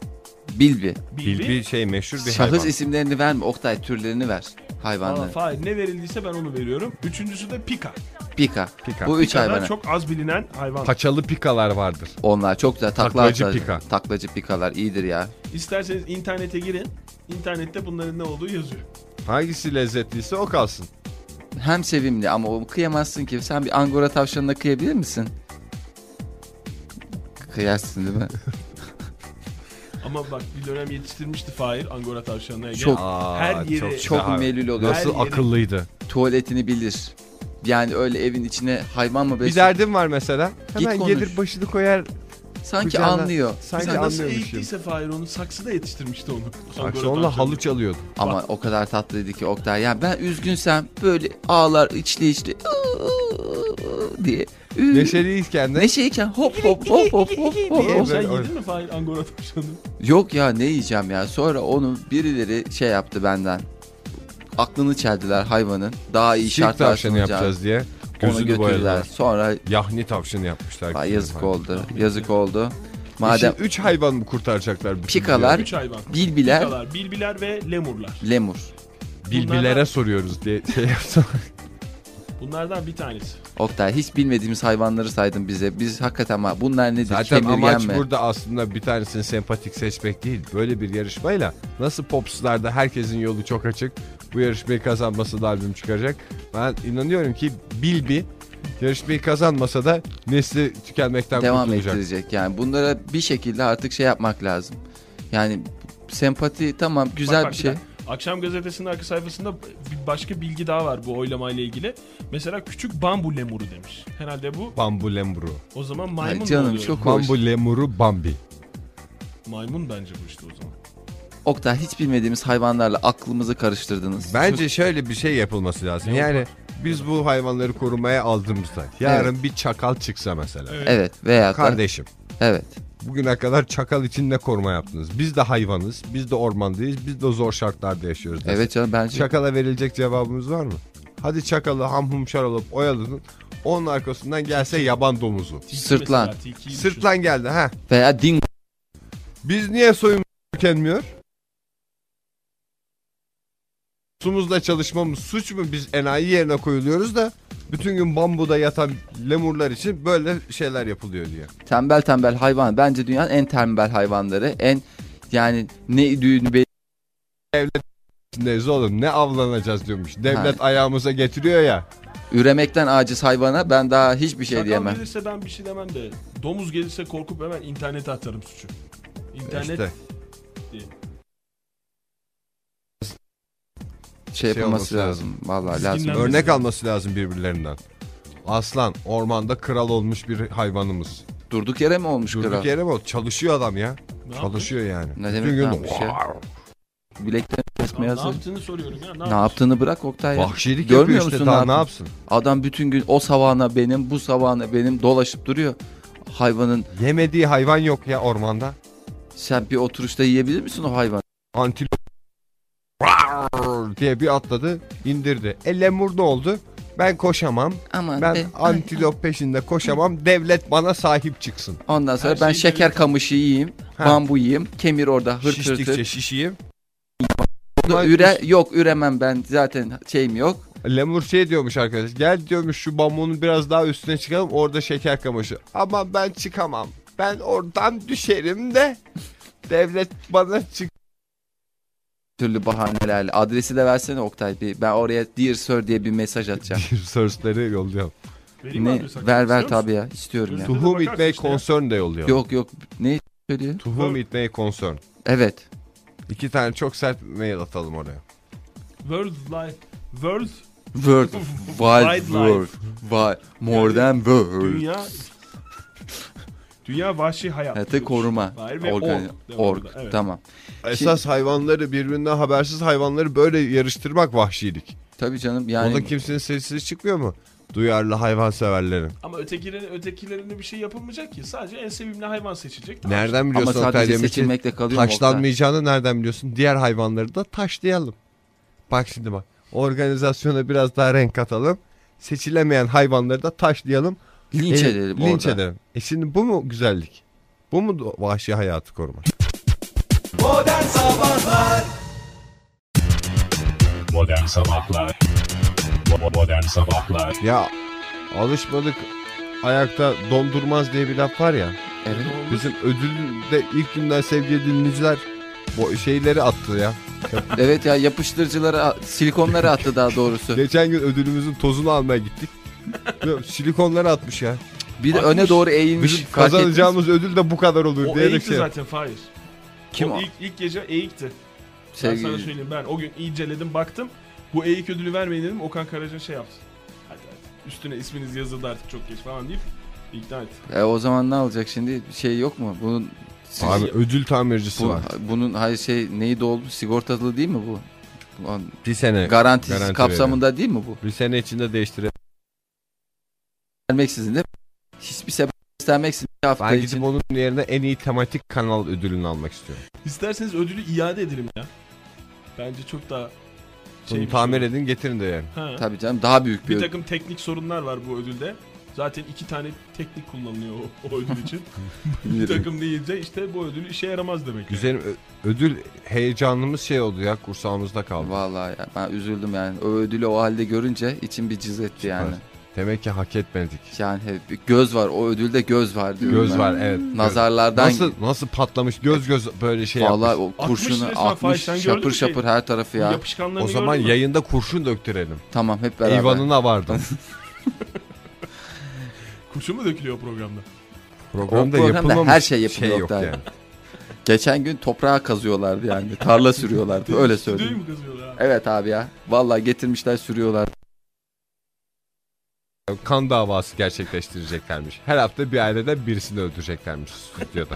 Speaker 4: Bilbi.
Speaker 3: Bilbi.
Speaker 2: Bilbi şey meşhur bir
Speaker 4: Şahıs
Speaker 2: hayvan.
Speaker 4: isimlerini verme Oktay türlerini ver
Speaker 3: Aa,
Speaker 4: hayvanların.
Speaker 3: Fahir ne verildiyse ben onu veriyorum. Üçüncüsü de pika.
Speaker 4: Pika.
Speaker 2: Pika.
Speaker 4: Bu üç
Speaker 3: Kadar
Speaker 4: hayvana.
Speaker 3: çok az bilinen hayvan.
Speaker 2: Paçalı pikalar vardır.
Speaker 4: Onlar çok güzel takla
Speaker 2: Taklacı
Speaker 4: atar.
Speaker 2: pika.
Speaker 4: Taklacı pikalar iyidir ya.
Speaker 3: İsterseniz internete girin. İnternette bunların ne olduğu yazıyor.
Speaker 2: Hangisi lezzetliyse o kalsın.
Speaker 4: Hem sevimli ama o kıyamazsın ki. Sen bir angora tavşanına kıyabilir misin? Kıyarsın değil mi?
Speaker 3: Ama bak bir dönem yetiştirmişti Fahir Angora tavşanına. Ege.
Speaker 4: Çok.
Speaker 2: Aa,
Speaker 3: Her yeri- Çok
Speaker 4: Çok
Speaker 2: güzel.
Speaker 4: melül oluyor.
Speaker 3: Her
Speaker 2: Nasıl
Speaker 3: yeri-
Speaker 2: akıllıydı.
Speaker 4: Tuvaletini bilir. Yani öyle evin içine hayvan mı
Speaker 2: Bir
Speaker 4: besliyor?
Speaker 2: derdim var mesela. Hemen
Speaker 4: konuş.
Speaker 2: gelir başını koyar.
Speaker 4: Sanki
Speaker 2: kucağına-
Speaker 4: anlıyor.
Speaker 2: Sanki
Speaker 3: Sen nasıl
Speaker 2: anlıyormuş gibi.
Speaker 3: eğittiyse Fahir onu saksıda yetiştirmişti onu. Angora
Speaker 2: Aksiyonla
Speaker 3: tavşanı.
Speaker 2: halı çalıyordu.
Speaker 4: Ama o kadar tatlıydı ki Oktay. Yani ben üzgünsem böyle ağlar içli içli "Iıı" diye. Iıı.
Speaker 2: Neşeliyken de
Speaker 4: Neşeyken hop hop hop hop hop hop.
Speaker 2: Diye
Speaker 3: Oğlum
Speaker 4: hop.
Speaker 3: sen
Speaker 2: Böyle-
Speaker 3: yedin mi Fahir Angora tavşanı?
Speaker 4: Yok ya ne yiyeceğim ya. Sonra onu birileri şey yaptı benden. Aklını çeldiler hayvanın. Daha iyi
Speaker 2: sirk
Speaker 4: şartlar
Speaker 2: tavşanı
Speaker 4: sunacağız.
Speaker 2: yapacağız diye.
Speaker 4: Onu
Speaker 2: Gözünü
Speaker 4: götürdüler.
Speaker 2: boyadılar.
Speaker 4: Sonra
Speaker 2: Yahni tavşanı yapmışlar.
Speaker 4: Ay,
Speaker 2: Ay
Speaker 4: yazık oldu. Yazık oldu. Madem
Speaker 2: Madem... üç hayvan mı kurtaracaklar? bütün
Speaker 4: Pikalar.
Speaker 2: dünyayı?
Speaker 3: Üç hayvan.
Speaker 4: bilbiler
Speaker 3: Pikalar, bilbiler ve lemurlar.
Speaker 4: lemur.
Speaker 2: Bilbilere
Speaker 3: Bunlardan-
Speaker 2: soruyoruz diye şey yapsam.
Speaker 3: Bunlardan bir tanesi.
Speaker 4: Oktay hiç bilmediğimiz hayvanları saydın bize. Biz hakikaten ama bunlar nedir?
Speaker 2: Zaten
Speaker 4: Kemirgen
Speaker 2: amaç
Speaker 4: mi?
Speaker 2: burada aslında bir tanesini sempatik seçmek değil. Böyle bir yarışmayla nasıl popstarda herkesin yolu çok açık. Bu yarışmayı kazanması da albüm çıkaracak. Ben inanıyorum ki Bilbi yarışmayı kazanmasa da nesli tükenmekten
Speaker 4: devam
Speaker 2: kurtulacak.
Speaker 4: ettirecek. Yani bunlara bir şekilde artık şey yapmak lazım. Yani sempati tamam güzel
Speaker 3: Bak, bak,
Speaker 4: bir şey.
Speaker 3: dakika. Akşam gazetesinin arka sayfasında bir başka bilgi daha var bu oylamayla ilgili. Mesela küçük bambu lemuru demiş. Herhalde bu
Speaker 2: Bambu lemuru.
Speaker 3: o zaman
Speaker 4: Ay
Speaker 3: maymun
Speaker 4: Hani canım
Speaker 3: oluyor.
Speaker 4: çok hoş.
Speaker 2: Bambu lemuru Bambi.
Speaker 3: Maymun bence bu işte o zaman.
Speaker 4: Oktay hiç bilmediğimiz hayvanlarla aklımızı karıştırdınız.
Speaker 2: Bence şöyle bir şey yapılması lazım. Yani biz bu hayvanları korumaya aldığımızda yarın bir çakal çıksa mesela.
Speaker 3: Evet.
Speaker 4: Evet veya da
Speaker 2: Kardeşim
Speaker 4: evet.
Speaker 2: Bugüne kadar çakal için ne koruma yaptınız? Biz de hayvanız, biz de ormandayız, biz de zor şartlarda yaşıyoruz. desin.
Speaker 4: Evet canım bence
Speaker 2: Çakala verilecek cevabımız var mı? Hadi çakalı ham humşar olup oyaladın. Onun arkasından gelse yaban domuzu.
Speaker 3: Tilki
Speaker 4: Sırtlan.
Speaker 3: mesela, tilkiyi düşün.
Speaker 2: Sırtlan geldi ha.
Speaker 4: veya dingo
Speaker 2: Biz niye soyun tükenmiyor? Sumuzla çalışmamız suç mu? Biz enayi yerine koyuluyoruz da bütün gün bambuda yatan lemurlar için böyle şeyler yapılıyor diye.
Speaker 4: tembel tembel hayvan. Bence dünyanın en tembel hayvanları. En yani ne düğün be-
Speaker 2: Neyiz oğlum ne avlanacağız diyormuş. Devlet
Speaker 4: Ha.
Speaker 2: ayağımıza getiriyor ya.
Speaker 4: üremekten aciz hayvana ben daha hiçbir şey
Speaker 3: Çakal
Speaker 4: diyemem.
Speaker 3: gelirse ben bir şey demem de domuz gelirse korkup hemen internete atarım suçu. İnternet
Speaker 2: İşte.
Speaker 4: Şey
Speaker 2: Şey
Speaker 4: yapılması
Speaker 2: olması
Speaker 4: lazım. Vallahi lazım.
Speaker 3: Dizginlenmesi
Speaker 2: Örnek alması lazım birbirlerinden. Aslan ormanda kral olmuş bir hayvanımız.
Speaker 4: Durduk yere mi olmuş
Speaker 2: Durduk
Speaker 4: kral?
Speaker 2: yere bak çalışıyor adam ya.
Speaker 3: ne
Speaker 2: Çalışıyor yani.
Speaker 4: Ne demek şey.
Speaker 2: Bütün
Speaker 4: ne
Speaker 2: gün
Speaker 4: yapmış ya? Bilekten
Speaker 3: yaptın? Lan
Speaker 4: kesmeye
Speaker 3: Ne
Speaker 4: hazır.
Speaker 3: yaptığını soruyorum ya. Ne,
Speaker 4: Ne yaptığını bırak Oktay ya.
Speaker 2: Vahşilik
Speaker 4: Görmüyor
Speaker 2: yapıyor
Speaker 4: musun
Speaker 2: işte daha
Speaker 4: ne
Speaker 2: ne yapsın?
Speaker 4: Adam bütün gün o savana benim, bu savana benim dolaşıp duruyor. Hayvanın
Speaker 2: Yemediği hayvan yok ya ormanda.
Speaker 4: sen bir oturuşta yiyebilir misin o hayvanı?
Speaker 2: Antilop Rar diye bir atladı indirdi. E lemur ne oldu? Ben koşamam.
Speaker 4: Aman
Speaker 2: Ben
Speaker 4: be.
Speaker 2: antilop peşinde koşamam. Devlet bana sahip çıksın.
Speaker 4: Ondan sonra
Speaker 3: Her
Speaker 4: ben
Speaker 3: şeyi
Speaker 4: şeker
Speaker 3: devlet-
Speaker 4: kamışı yiyeyim,
Speaker 2: Ha.
Speaker 4: bambu yiyeyim, kemir orada hırt hırt
Speaker 2: Şiştikçe
Speaker 4: hırt.
Speaker 2: şişeyim.
Speaker 4: Bunu Üre, yok üremem ben zaten şeyim yok.
Speaker 2: Lemur şey diyormuş arkadaş. Gel diyormuş şu bambuğun biraz daha üstüne çıkalım orada şeker kamışı. Ama ben çıkamam. Ben oradan düşerim de devlet bana çık.
Speaker 4: Türlü bahanelerle. Adresi de versene Oktay bir. Ben oraya Dear Sir diye bir mesaj atacağım.
Speaker 2: Sözleri yolluyorum.
Speaker 3: Vereyim mi
Speaker 4: ne?
Speaker 3: adresi hakkında,
Speaker 4: Ver ver
Speaker 3: istiyor Şey musun?
Speaker 4: tabii ya. İstiyorum ya.
Speaker 3: Dur.
Speaker 2: Tuhum
Speaker 3: bakarsın
Speaker 2: itmeye
Speaker 3: işte ya.
Speaker 2: concern de yolluyorum.
Speaker 4: Yok yok. Ne söylüyor?
Speaker 2: Tuhum itmeye concern.
Speaker 4: Evet.
Speaker 2: İki tane çok sert mail atalım oraya.
Speaker 3: World Life. World
Speaker 4: World,
Speaker 3: Wide
Speaker 4: wide world, wide, more than world.
Speaker 3: Dünya Dünya vahşi hayat.
Speaker 4: Hayatı koruma.
Speaker 3: Hayır ve
Speaker 4: Organi-
Speaker 3: org. Devamında,
Speaker 4: org.
Speaker 3: evet.
Speaker 4: Tamam.
Speaker 2: Esas hayvanları birbirinden habersiz hayvanları böyle yarıştırmak vahşilik.
Speaker 4: Tabii canım yani.
Speaker 2: Yani... Onda kimsenin sessiz çıkmıyor mu? Duyarlı hayvanseverlerin.
Speaker 3: Ama ötekilerin ötekilerine bir şey yapılmayacak ki. Sadece en sevimli hayvan seçilecek. Tamam.
Speaker 2: Nereden
Speaker 4: ama
Speaker 2: biliyorsun Oktay
Speaker 4: sadece
Speaker 2: Demirci?
Speaker 4: seçilmekle kalıyor mu Oktay?
Speaker 2: Taşlanmayacağını nereden biliyorsun? Diğer hayvanları da taşlayalım. Bak şimdi bak. Organizasyona biraz daha renk katalım. Seçilemeyen hayvanları da taşlayalım.
Speaker 4: Linç
Speaker 2: E,
Speaker 4: edelim
Speaker 2: linç
Speaker 4: orada.
Speaker 2: edelim. E şimdi bu mu güzellik? Bu mu do- vahşi hayatı korumak?
Speaker 1: Modern Sabahlar Bo- bo- Modern Sabahlar
Speaker 2: Ya Alışmadık ayakta dondurmaz diye bir laf var ya.
Speaker 4: Evet.
Speaker 2: Bizim ödülde ilk günden sevgili dinleyiciler bu şeyleri attı ya.
Speaker 4: Evet ya yapıştırıcılara silikonları attı daha doğrusu.
Speaker 2: Geçen gün ödülümüzün tozunu almaya gittik. Ve Silikonları atmış ya.
Speaker 4: Bir şey de
Speaker 3: Atmış.
Speaker 4: öne doğru eğilmiş.
Speaker 2: Bizim
Speaker 4: fark ettiniz mi?
Speaker 2: kazanacağımız ödül de bu kadar olur
Speaker 3: O
Speaker 2: diyerek
Speaker 3: eğikti
Speaker 2: şey.
Speaker 3: zaten Fahir.
Speaker 4: Kim
Speaker 3: o?
Speaker 4: o?
Speaker 3: Ilk, ilk gece eğikti.
Speaker 4: Sevgili-
Speaker 3: Ben sana söyleyeyim ben o gün inceledim baktım. Bu eğik ödülü vermeyin dedim Okan Karaca şey yaptı. Hadi hadi. Üstüne isminiz yazıldı artık çok geç falan deyip ikna etti.
Speaker 4: E, o zaman ne olacak şimdi? Bir şey yok mu? Bunun siz-
Speaker 2: Abi ödül tamircisi
Speaker 4: bu-
Speaker 2: var.
Speaker 4: bunun hayır şey neydi oldu? Sigortalı değil mi bu? Ulan,
Speaker 2: Bir sene.
Speaker 4: Garantisiz
Speaker 2: Garanti
Speaker 4: kapsamında değil mi bu?
Speaker 2: bir sene içinde değiştirelim.
Speaker 4: Şey Vermeksizin de hiçbir sebep istenmeksizin bir hafta
Speaker 2: Ben
Speaker 4: için.
Speaker 2: gidip onun yerine en iyi tematik kanal ödülünü almak istiyorum.
Speaker 3: İsterseniz ödülü iade edelim ya. Bence çok daha
Speaker 4: Şey
Speaker 2: Bunu
Speaker 3: bir
Speaker 2: tamir
Speaker 3: sorun.
Speaker 2: edin getirin de yani.
Speaker 3: Ha.
Speaker 4: Tabii canım daha büyük bir,
Speaker 3: Bir
Speaker 4: ödül.
Speaker 3: takım teknik sorunlar var bu ödülde. Zaten iki tane teknik kullanılıyor o, o ödül için. bir takım deyince işte bu ödül işe yaramaz demek. yani.
Speaker 2: Güzelim ö- ödül heyecanımız şey oldu ya kursağımızda kaldı.
Speaker 4: Vallahi ya, ben üzüldüm yani. O ödülü o halde görünce içim bir cız etti yani.
Speaker 2: Demek ki hak etmedik.
Speaker 4: Yani hep bir göz var. O ödülde göz var diyorum
Speaker 2: Göz
Speaker 4: ben.
Speaker 2: var evet. Göz.
Speaker 4: Nazarlardan
Speaker 2: Nasıl nasıl patlamış göz göz böyle şey
Speaker 4: Vallahi
Speaker 2: yapmış.
Speaker 4: o
Speaker 3: Atmış resmen
Speaker 4: kurşunu
Speaker 3: Fahir,
Speaker 4: atmış
Speaker 3: sen gördün
Speaker 4: şapır
Speaker 3: mü şey?
Speaker 4: şapır her tarafı
Speaker 3: Bu
Speaker 4: ya.
Speaker 2: O
Speaker 3: Yapışkanlarını
Speaker 2: zaman
Speaker 3: gördün mü?
Speaker 2: yayında kurşun döktürelim.
Speaker 4: Tamam hep beraber.
Speaker 2: Eyvanına vardım.
Speaker 3: Kurşun mu dökülüyor o programda?
Speaker 2: Programda,
Speaker 4: O programda
Speaker 2: yapılmamış
Speaker 4: her şey yapılıyor
Speaker 2: yok
Speaker 4: Oktay.
Speaker 2: yani.
Speaker 4: Geçen gün toprağa kazıyorlardı yani. Tarla sürüyorlardı öyle
Speaker 3: Stüdyoyu
Speaker 4: söyleyeyim.
Speaker 3: mu kazıyorlar abi?
Speaker 4: Evet abi ya. Vallahi getirmişler sürüyorlar.
Speaker 2: Kan davası gerçekleştireceklermiş. Her hafta bir aileden birisini öldüreceklermiş stüdyoda.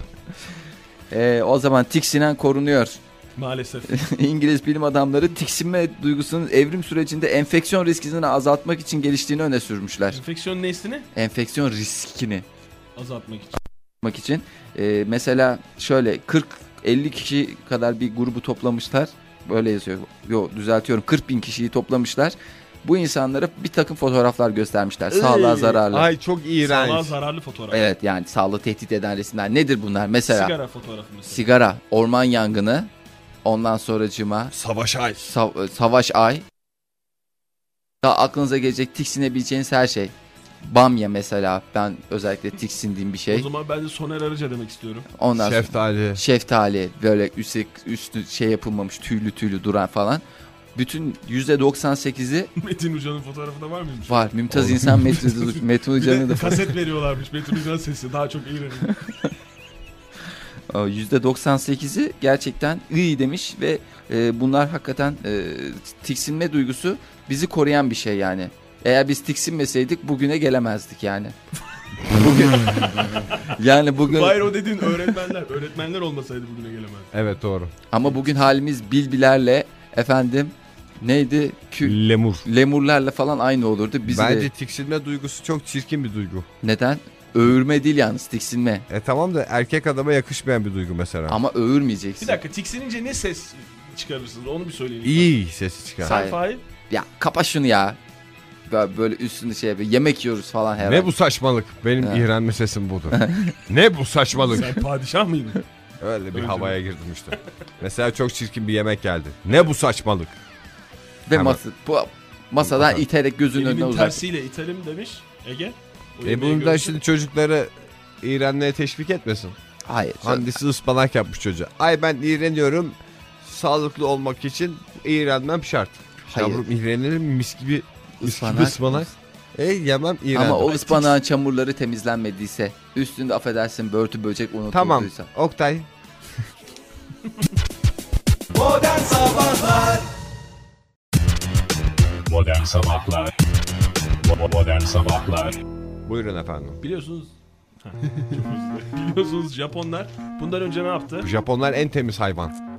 Speaker 4: Ee, o zaman tiksinen korunuyor.
Speaker 3: Maalesef.
Speaker 4: İngiliz bilim adamları tiksinme duygusunun evrim sürecinde enfeksiyon riskini azaltmak için geliştiğini öne sürmüşler.
Speaker 3: Enfeksiyon neslini
Speaker 4: Enfeksiyon riskini
Speaker 3: azaltmak için.
Speaker 4: yapmak için. Ee, mesela şöyle 40-50 kişi kadar bir grubu toplamışlar. Böyle yazıyor. Yo düzeltiyorum 40 bin kişiyi toplamışlar. Bu insanlara bir takım fotoğraflar göstermişler. Sağlığa zararlı.
Speaker 2: Ay çok
Speaker 3: Sağlığa
Speaker 2: iğrenç.
Speaker 3: zararlı fotoğraf.
Speaker 4: Evet yani sağlığı tehdit eden resimler. Nedir bunlar? Mesela sigara,
Speaker 3: Sigara fotoğrafı mesela.
Speaker 4: orman yangını, ondan sonracığıma
Speaker 2: Savaş ay.
Speaker 4: sav- e, savaş ay. Daha aklınıza gelecek tiksinebileceğiniz her şey. Bamya mesela ben özellikle tiksindiğim bir
Speaker 3: O
Speaker 4: şey.
Speaker 3: zaman ben de Soner Arıca demek istiyorum.
Speaker 4: Ondan sonra-
Speaker 2: Şeftali.
Speaker 4: şeftali böyle üstü, üstü şey yapılmamış tüylü tüylü duran falan. Bütün %98'i
Speaker 3: Metin Uca'nın fotoğrafı da var mıymış?
Speaker 4: var. Mümtaz İnsan Metni- Metni
Speaker 3: Bir de
Speaker 4: Hoca'nın da
Speaker 3: kaset veriyorlarmış Metin Uca'nın sesi. Daha çok iğrenç.
Speaker 4: Aa, %98'i gerçekten iyi demiş ve e, bunlar hakikaten e, tiksinme duygusu bizi koruyan bir şey yani. Eğer biz tiksinmeseydik bugüne gelemezdik yani. bugün yani bugün
Speaker 3: Hayır o dediğin öğretmenler. Öğretmenler olmasaydı bugüne gelemezdi.
Speaker 2: Evet doğru.
Speaker 4: ama bugün halimiz bilbilerle efendim neydi kü
Speaker 2: Lemur.
Speaker 4: lemurlarla falan aynı olurdu. Biz
Speaker 2: Bence
Speaker 4: de
Speaker 2: tiksinme duygusu çok çirkin bir duygu.
Speaker 4: Neden? Övürme değil yalnız tiksinme.
Speaker 2: E tamam da erkek adama yakışmayan bir duygu mesela.
Speaker 4: Ama
Speaker 3: Bir
Speaker 4: övürmeyeceksin.
Speaker 3: dakika tiksinince ne ses çıkarırsınız onu bir söyleyin.
Speaker 2: İyi sesi çıkar.
Speaker 4: Sa-
Speaker 3: Sen Fahir.
Speaker 4: Ya kapa şunu ya. Böyle- Böyle üstünü şey yapıyor. Yemek yiyoruz falan herhalde.
Speaker 2: Ne bu saçmalık? Benim
Speaker 4: Ha.
Speaker 2: iğrenme sesim budur. ne bu saçmalık?
Speaker 3: Sen padişah mıydın?
Speaker 2: Öyle bir
Speaker 3: Öldürme.
Speaker 2: havaya girdim işte. Mesela çok çirkin bir yemek geldi. Ne bu saçmalık?
Speaker 4: Ve
Speaker 2: Hemen.
Speaker 4: masa, bu, masadan
Speaker 2: Bakalım.
Speaker 4: iterek gözünün önüne
Speaker 3: Elinin
Speaker 4: uzak.
Speaker 3: tersiyle itelim demiş Ege. O yemeği
Speaker 2: E bunu da
Speaker 3: görmüş.
Speaker 2: şimdi çocukları iğrenmeye teşvik etmesin.
Speaker 4: Hayır.
Speaker 2: Handisi ıspanak yapmış çocuğa. Ay ben iğreniyorum. Sağlıklı olmak için iğrenmem şart.
Speaker 4: Hayır.
Speaker 2: Yavrum iğrenirim mis gibi mis gibi
Speaker 4: Ispanak.
Speaker 2: ıspanak. E yemem iğrenmem.
Speaker 4: Ama o ıspanağın çamurları temizlenmediyse, üstünde affedersin börtü böcek unutulduysa.
Speaker 2: Tamam Oktay
Speaker 1: Modern Sabahlar Bo- Modern Sabahlar
Speaker 2: buyurun efendim.
Speaker 3: Biliyorsunuz Heh, çok özür dilerim. Biliyorsunuz Japonlar bundan önce ne yaptı?
Speaker 2: Japonlar en temiz hayvan.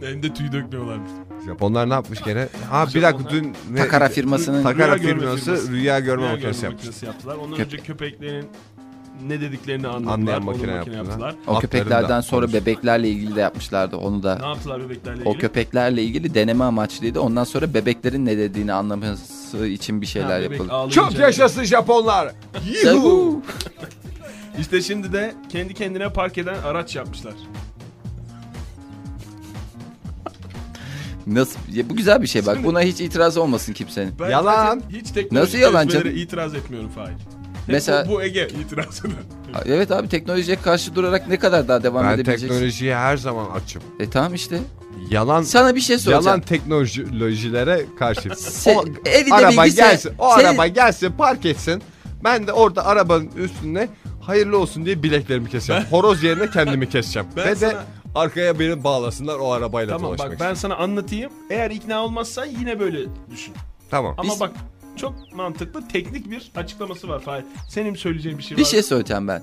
Speaker 3: Hem de tüy dökmüyorlarmış.
Speaker 2: Japonlar ne yapmış gene? Ha bir
Speaker 3: Japonlar-
Speaker 2: dakika dün ne?
Speaker 4: Takara firmasının
Speaker 2: Takara
Speaker 3: Rüya görme
Speaker 2: firması
Speaker 3: firması.
Speaker 2: rüya görme
Speaker 3: Rüya
Speaker 2: makinesi
Speaker 3: görme
Speaker 2: yapmış.
Speaker 3: makinesi yaptılar. Ondan
Speaker 4: Köpek.
Speaker 3: önce köpeklerin ne dediklerini anladılar.
Speaker 2: Anlayan
Speaker 3: onu
Speaker 2: makine
Speaker 3: makine
Speaker 2: yaptılar.
Speaker 3: yaptılar.
Speaker 4: o
Speaker 2: Atlarını
Speaker 4: köpeklerden
Speaker 2: da
Speaker 4: sonra
Speaker 2: konuşuruz.
Speaker 4: bebeklerle ilgili de yapmışlardı onu
Speaker 3: Ne
Speaker 4: da.
Speaker 3: yaptılar bebeklerle ilgili?
Speaker 4: O köpeklerle ilgili deneme amaçlıydı. Ondan sonra bebeklerin ne dediğini anlaması için bir
Speaker 3: Ha,
Speaker 4: şeyler
Speaker 3: bebek
Speaker 4: yapıldı.
Speaker 3: ağlayınca-
Speaker 2: Çok yaşasın Japonlar. Yuhu.
Speaker 4: Yuhu!
Speaker 3: İşte şimdi de kendi kendine park eden araç yapmışlar.
Speaker 4: Nasıl? Ya bu güzel bir şey bak.
Speaker 3: Şimdi-
Speaker 4: Buna hiç itiraz olmasın kimsenin.
Speaker 3: Ben
Speaker 2: Yalan.
Speaker 3: zaten Hiç teknolojik
Speaker 4: Nasıl yalan
Speaker 3: gelişmelere
Speaker 4: canım?
Speaker 3: itiraz etmiyorum Fahir. Hep
Speaker 4: Mesela-
Speaker 3: bu, bu Ege itiraz eder.
Speaker 4: Evet abi teknolojiye karşı durarak ne kadar daha devam
Speaker 2: Ben
Speaker 4: edebileceksin?
Speaker 2: teknolojiye her zaman açım.
Speaker 4: E tamam işte.
Speaker 2: Yalan
Speaker 4: Sana bir şey soracağım.
Speaker 2: yalan teknolojilere karşıyım.
Speaker 4: Se-
Speaker 2: O
Speaker 4: evinde
Speaker 2: araba
Speaker 4: bilgisayar-
Speaker 2: gelsin, o
Speaker 4: senin-
Speaker 2: araba gelsin, park etsin. Ben de orada arabanın üstüne hayırlı olsun diye bileklerimi keseceğim. Horoz yerine kendimi keseceğim.
Speaker 3: Ben
Speaker 2: Ve de
Speaker 3: sana-
Speaker 2: arkaya beni bağlasınlar o arabayla
Speaker 3: Tamam
Speaker 2: dolaşmak
Speaker 3: bak ben sana anlatayım. Eğer ikna olmazsan yine böyle düşün.
Speaker 2: için. Tamam.
Speaker 3: Ama
Speaker 4: Biz-
Speaker 3: bak çok mantıklı teknik bir açıklaması var Fahir. Senin söyleyeceğin bir şey
Speaker 4: Bir
Speaker 3: var.
Speaker 4: şey söyleyeceğim ben.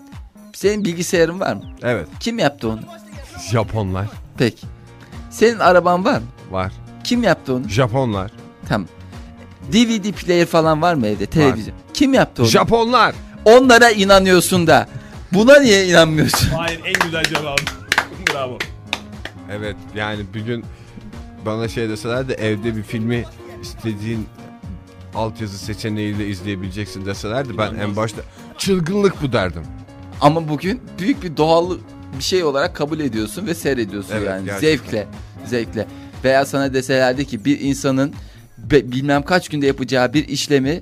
Speaker 4: Senin bilgisayarın var mı?
Speaker 2: Evet.
Speaker 4: Kim yaptı onu?
Speaker 2: Japonlar
Speaker 4: Peki. Senin araban var mı?
Speaker 2: var.
Speaker 4: Kim yaptı onu?
Speaker 2: Japonlar.
Speaker 4: Tamam. DVD player falan var mı evde? Televizyon. Kim yaptı onu?
Speaker 2: Japonlar.
Speaker 4: Onlara inanıyorsun da. Buna niye inanmıyorsun?
Speaker 3: Hayır en güzel cevap. Bravo.
Speaker 2: Evet yani bir gün bana şey deseler de evde bir filmi istediğin altyazı seçeneğiyle izleyebileceksin deselerdi ben en
Speaker 3: İnanmaz.
Speaker 2: başta çılgınlık bu derdim.
Speaker 4: Ama bugün büyük bir doğal bir şey olarak kabul ediyorsun ve seyrediyorsun
Speaker 2: Evet,
Speaker 4: yani
Speaker 2: gerçekten.
Speaker 4: zevkle. Zevkle. Veya sana deselerdi ki bir insanın be- bilmem kaç günde yapacağı bir işlemi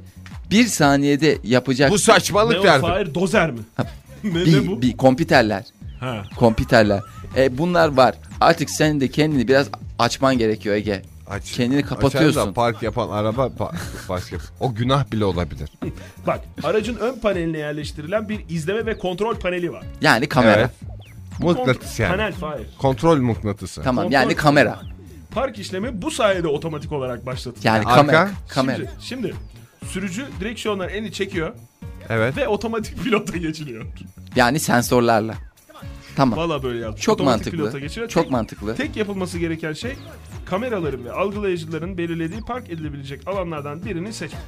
Speaker 4: bir saniyede yapacak
Speaker 2: Bu
Speaker 3: Ne
Speaker 2: saçmalık
Speaker 3: o
Speaker 2: derdim.
Speaker 3: Fahir dozer mi? ne, ne
Speaker 4: bir,
Speaker 3: bu?
Speaker 4: bir kompüterler.
Speaker 3: Ha.
Speaker 4: Kompüterler. E, bunlar var. Artık senin de kendini biraz açman gerekiyor Ege.
Speaker 2: Aç-
Speaker 4: Kendini
Speaker 2: açarım da
Speaker 4: kapatıyorsun.
Speaker 2: park yapan araba pa- park yap- O günah bile olabilir.
Speaker 3: Bak aracın ön paneline yerleştirilen bir izleme ve kontrol paneli var.
Speaker 4: Yani kamera.
Speaker 2: Evet. Mıknatıs
Speaker 3: Kontrol-
Speaker 2: yani.
Speaker 3: Panel Fahir.
Speaker 2: Kontrol mıknatısı.
Speaker 4: Tamam
Speaker 3: Kontrol-
Speaker 4: yani kamera.
Speaker 3: Park işlemi bu sayede otomatik olarak başlatıldı.
Speaker 4: Yani
Speaker 2: Arka.
Speaker 4: kamera. Kamera.
Speaker 3: Şimdi, şimdi sürücü direksiyondan elini çekiyor
Speaker 2: Evet.
Speaker 3: ve otomatik pilota geçiliyor.
Speaker 4: Yani sensörlerla. Tamam.
Speaker 3: Valla böyle yaptı.
Speaker 4: Çok
Speaker 3: Otomatik pilota
Speaker 4: mantıklı.
Speaker 3: geçiliyor.
Speaker 4: Çok
Speaker 3: Tek-
Speaker 4: mantıklı.
Speaker 3: Tek yapılması gereken şey kameraların ve algılayıcıların belirlediği park edilebilecek alanlardan birini seçmek.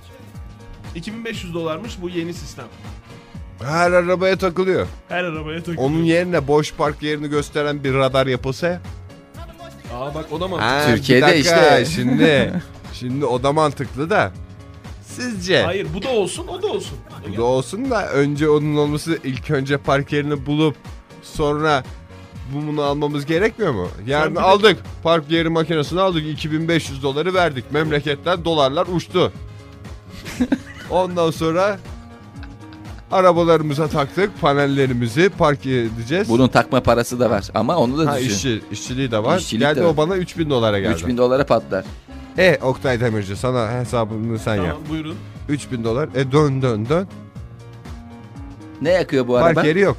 Speaker 3: 2500 dolarmış bu yeni sistem.
Speaker 2: Her arabaya takılıyor.
Speaker 3: Her arabaya takılıyor.
Speaker 2: Onun yerine boş park yerini gösteren bir radar yapılsa.
Speaker 3: Aa bak o da mantıklı.
Speaker 2: Ha,
Speaker 4: Türkiye'de
Speaker 2: bir dakika,
Speaker 4: işte.
Speaker 2: Şimdi, şimdi o da mantıklı da. Sizce?
Speaker 3: Hayır bu da olsun o da olsun.
Speaker 2: Bu da olsun da önce onun olması ilk önce park yerini bulup sonra bu- bunu almamız gerekmiyor mu?
Speaker 3: Sen
Speaker 2: Yani
Speaker 3: bir de-
Speaker 2: aldık park yeri makinesini aldık 2500 doları verdik memleketten dolarlar uçtu. Ondan sonra arabalarımıza taktık panellerimizi park edeceğiz.
Speaker 4: Bunun takma parası da var ama onu da
Speaker 2: ha,
Speaker 4: düşün.
Speaker 2: işçi, işçiliği de var.
Speaker 4: İşçilik
Speaker 2: geldi
Speaker 4: de var.
Speaker 2: o bana 3000 dolara geldi.
Speaker 4: 3000 dolara patlar.
Speaker 2: E Oktay Demirci sana hesabını sen yap.
Speaker 3: Tamam buyurun.
Speaker 2: 3000 dolar. E dön dön dön.
Speaker 4: Ne yakıyor bu araba?
Speaker 2: Park yeri yok.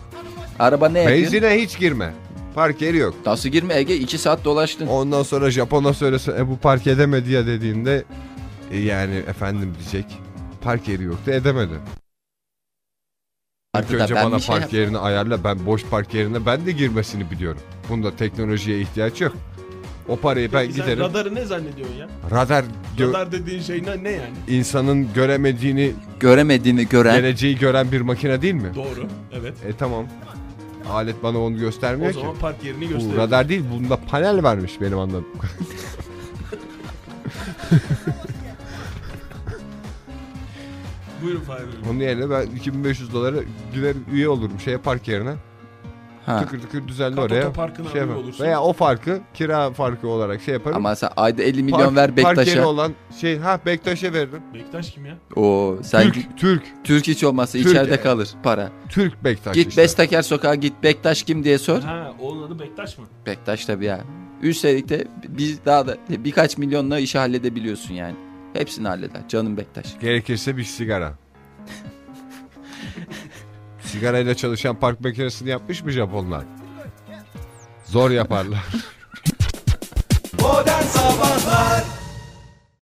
Speaker 4: Araba ne yakıyor?
Speaker 2: Benzine hiç girme. Park yeri yok.
Speaker 4: Nasıl girme Ege? 2 saat dolaştın.
Speaker 2: Ondan sonra Japon'a söylese e, bu park edemedi ya dediğinde e, yani efendim diyecek park yeri yoktu edemedi. İlk
Speaker 4: Artık da
Speaker 2: önce
Speaker 4: ben
Speaker 2: bana
Speaker 4: bir şey
Speaker 2: park
Speaker 4: yap-
Speaker 2: yerini ayarla ben boş park yerine ben de girmesini biliyorum. Bunda teknolojiye ihtiyaç yok. O parayı ben
Speaker 3: Peki sen
Speaker 2: giderim. Radar,
Speaker 3: radarı ne zannediyorsun ya?
Speaker 2: gö-
Speaker 3: Radar dediğin şey ne, ne yani?
Speaker 2: insanın göremediğini
Speaker 4: Göremediğini gören
Speaker 2: geleceği gören bir makine değil mi?
Speaker 3: Doğru. Evet.
Speaker 2: E tamam. Alet bana onu göstermiyor
Speaker 3: O
Speaker 2: ki.
Speaker 3: zaman park yerini
Speaker 2: Bu
Speaker 3: göster.
Speaker 2: radar değil bunda panel vermiş benim anladığım.
Speaker 3: Buyurun Fahir Bey.
Speaker 2: Onun yerine ben 2500 dolara gider üye olurum şeye park yerine.
Speaker 4: ha.
Speaker 2: Tıkır tıkır düzenli
Speaker 3: Kat
Speaker 2: oraya.
Speaker 3: otoparkına
Speaker 2: Şey yaparım.
Speaker 3: üye olursun.
Speaker 2: Veya o farkı kira farkı olarak şey yaparım.
Speaker 4: Ama sen ayda 50 milyon
Speaker 2: Park-
Speaker 4: ver
Speaker 2: Park yeri
Speaker 4: Bektaş'a.
Speaker 2: olan şey ha Bektaş'a veririm.
Speaker 3: Bektaş kim ya?
Speaker 4: Oo sen Türk,
Speaker 2: Türk, Türk,
Speaker 4: hiç olmazsa
Speaker 2: Türk,
Speaker 4: içeride
Speaker 2: e.
Speaker 4: kalır para.
Speaker 2: Türk Bektaş
Speaker 4: git
Speaker 2: işte.
Speaker 4: Bestaker sokağa git Bektaş kim diye sor.
Speaker 3: Ha onun adı Bektaş mı?
Speaker 4: Bektaş tabii ya. Üstelik de biz daha da birkaç milyonla işi halledebiliyorsun yani. Hepsini halleder. Canım Bektaş.
Speaker 2: Gerekirse bir sigara. Sigarayla çalışan park makinesini yapmış mı Japonlar? Zor yaparlar.
Speaker 5: Modern Sabahlar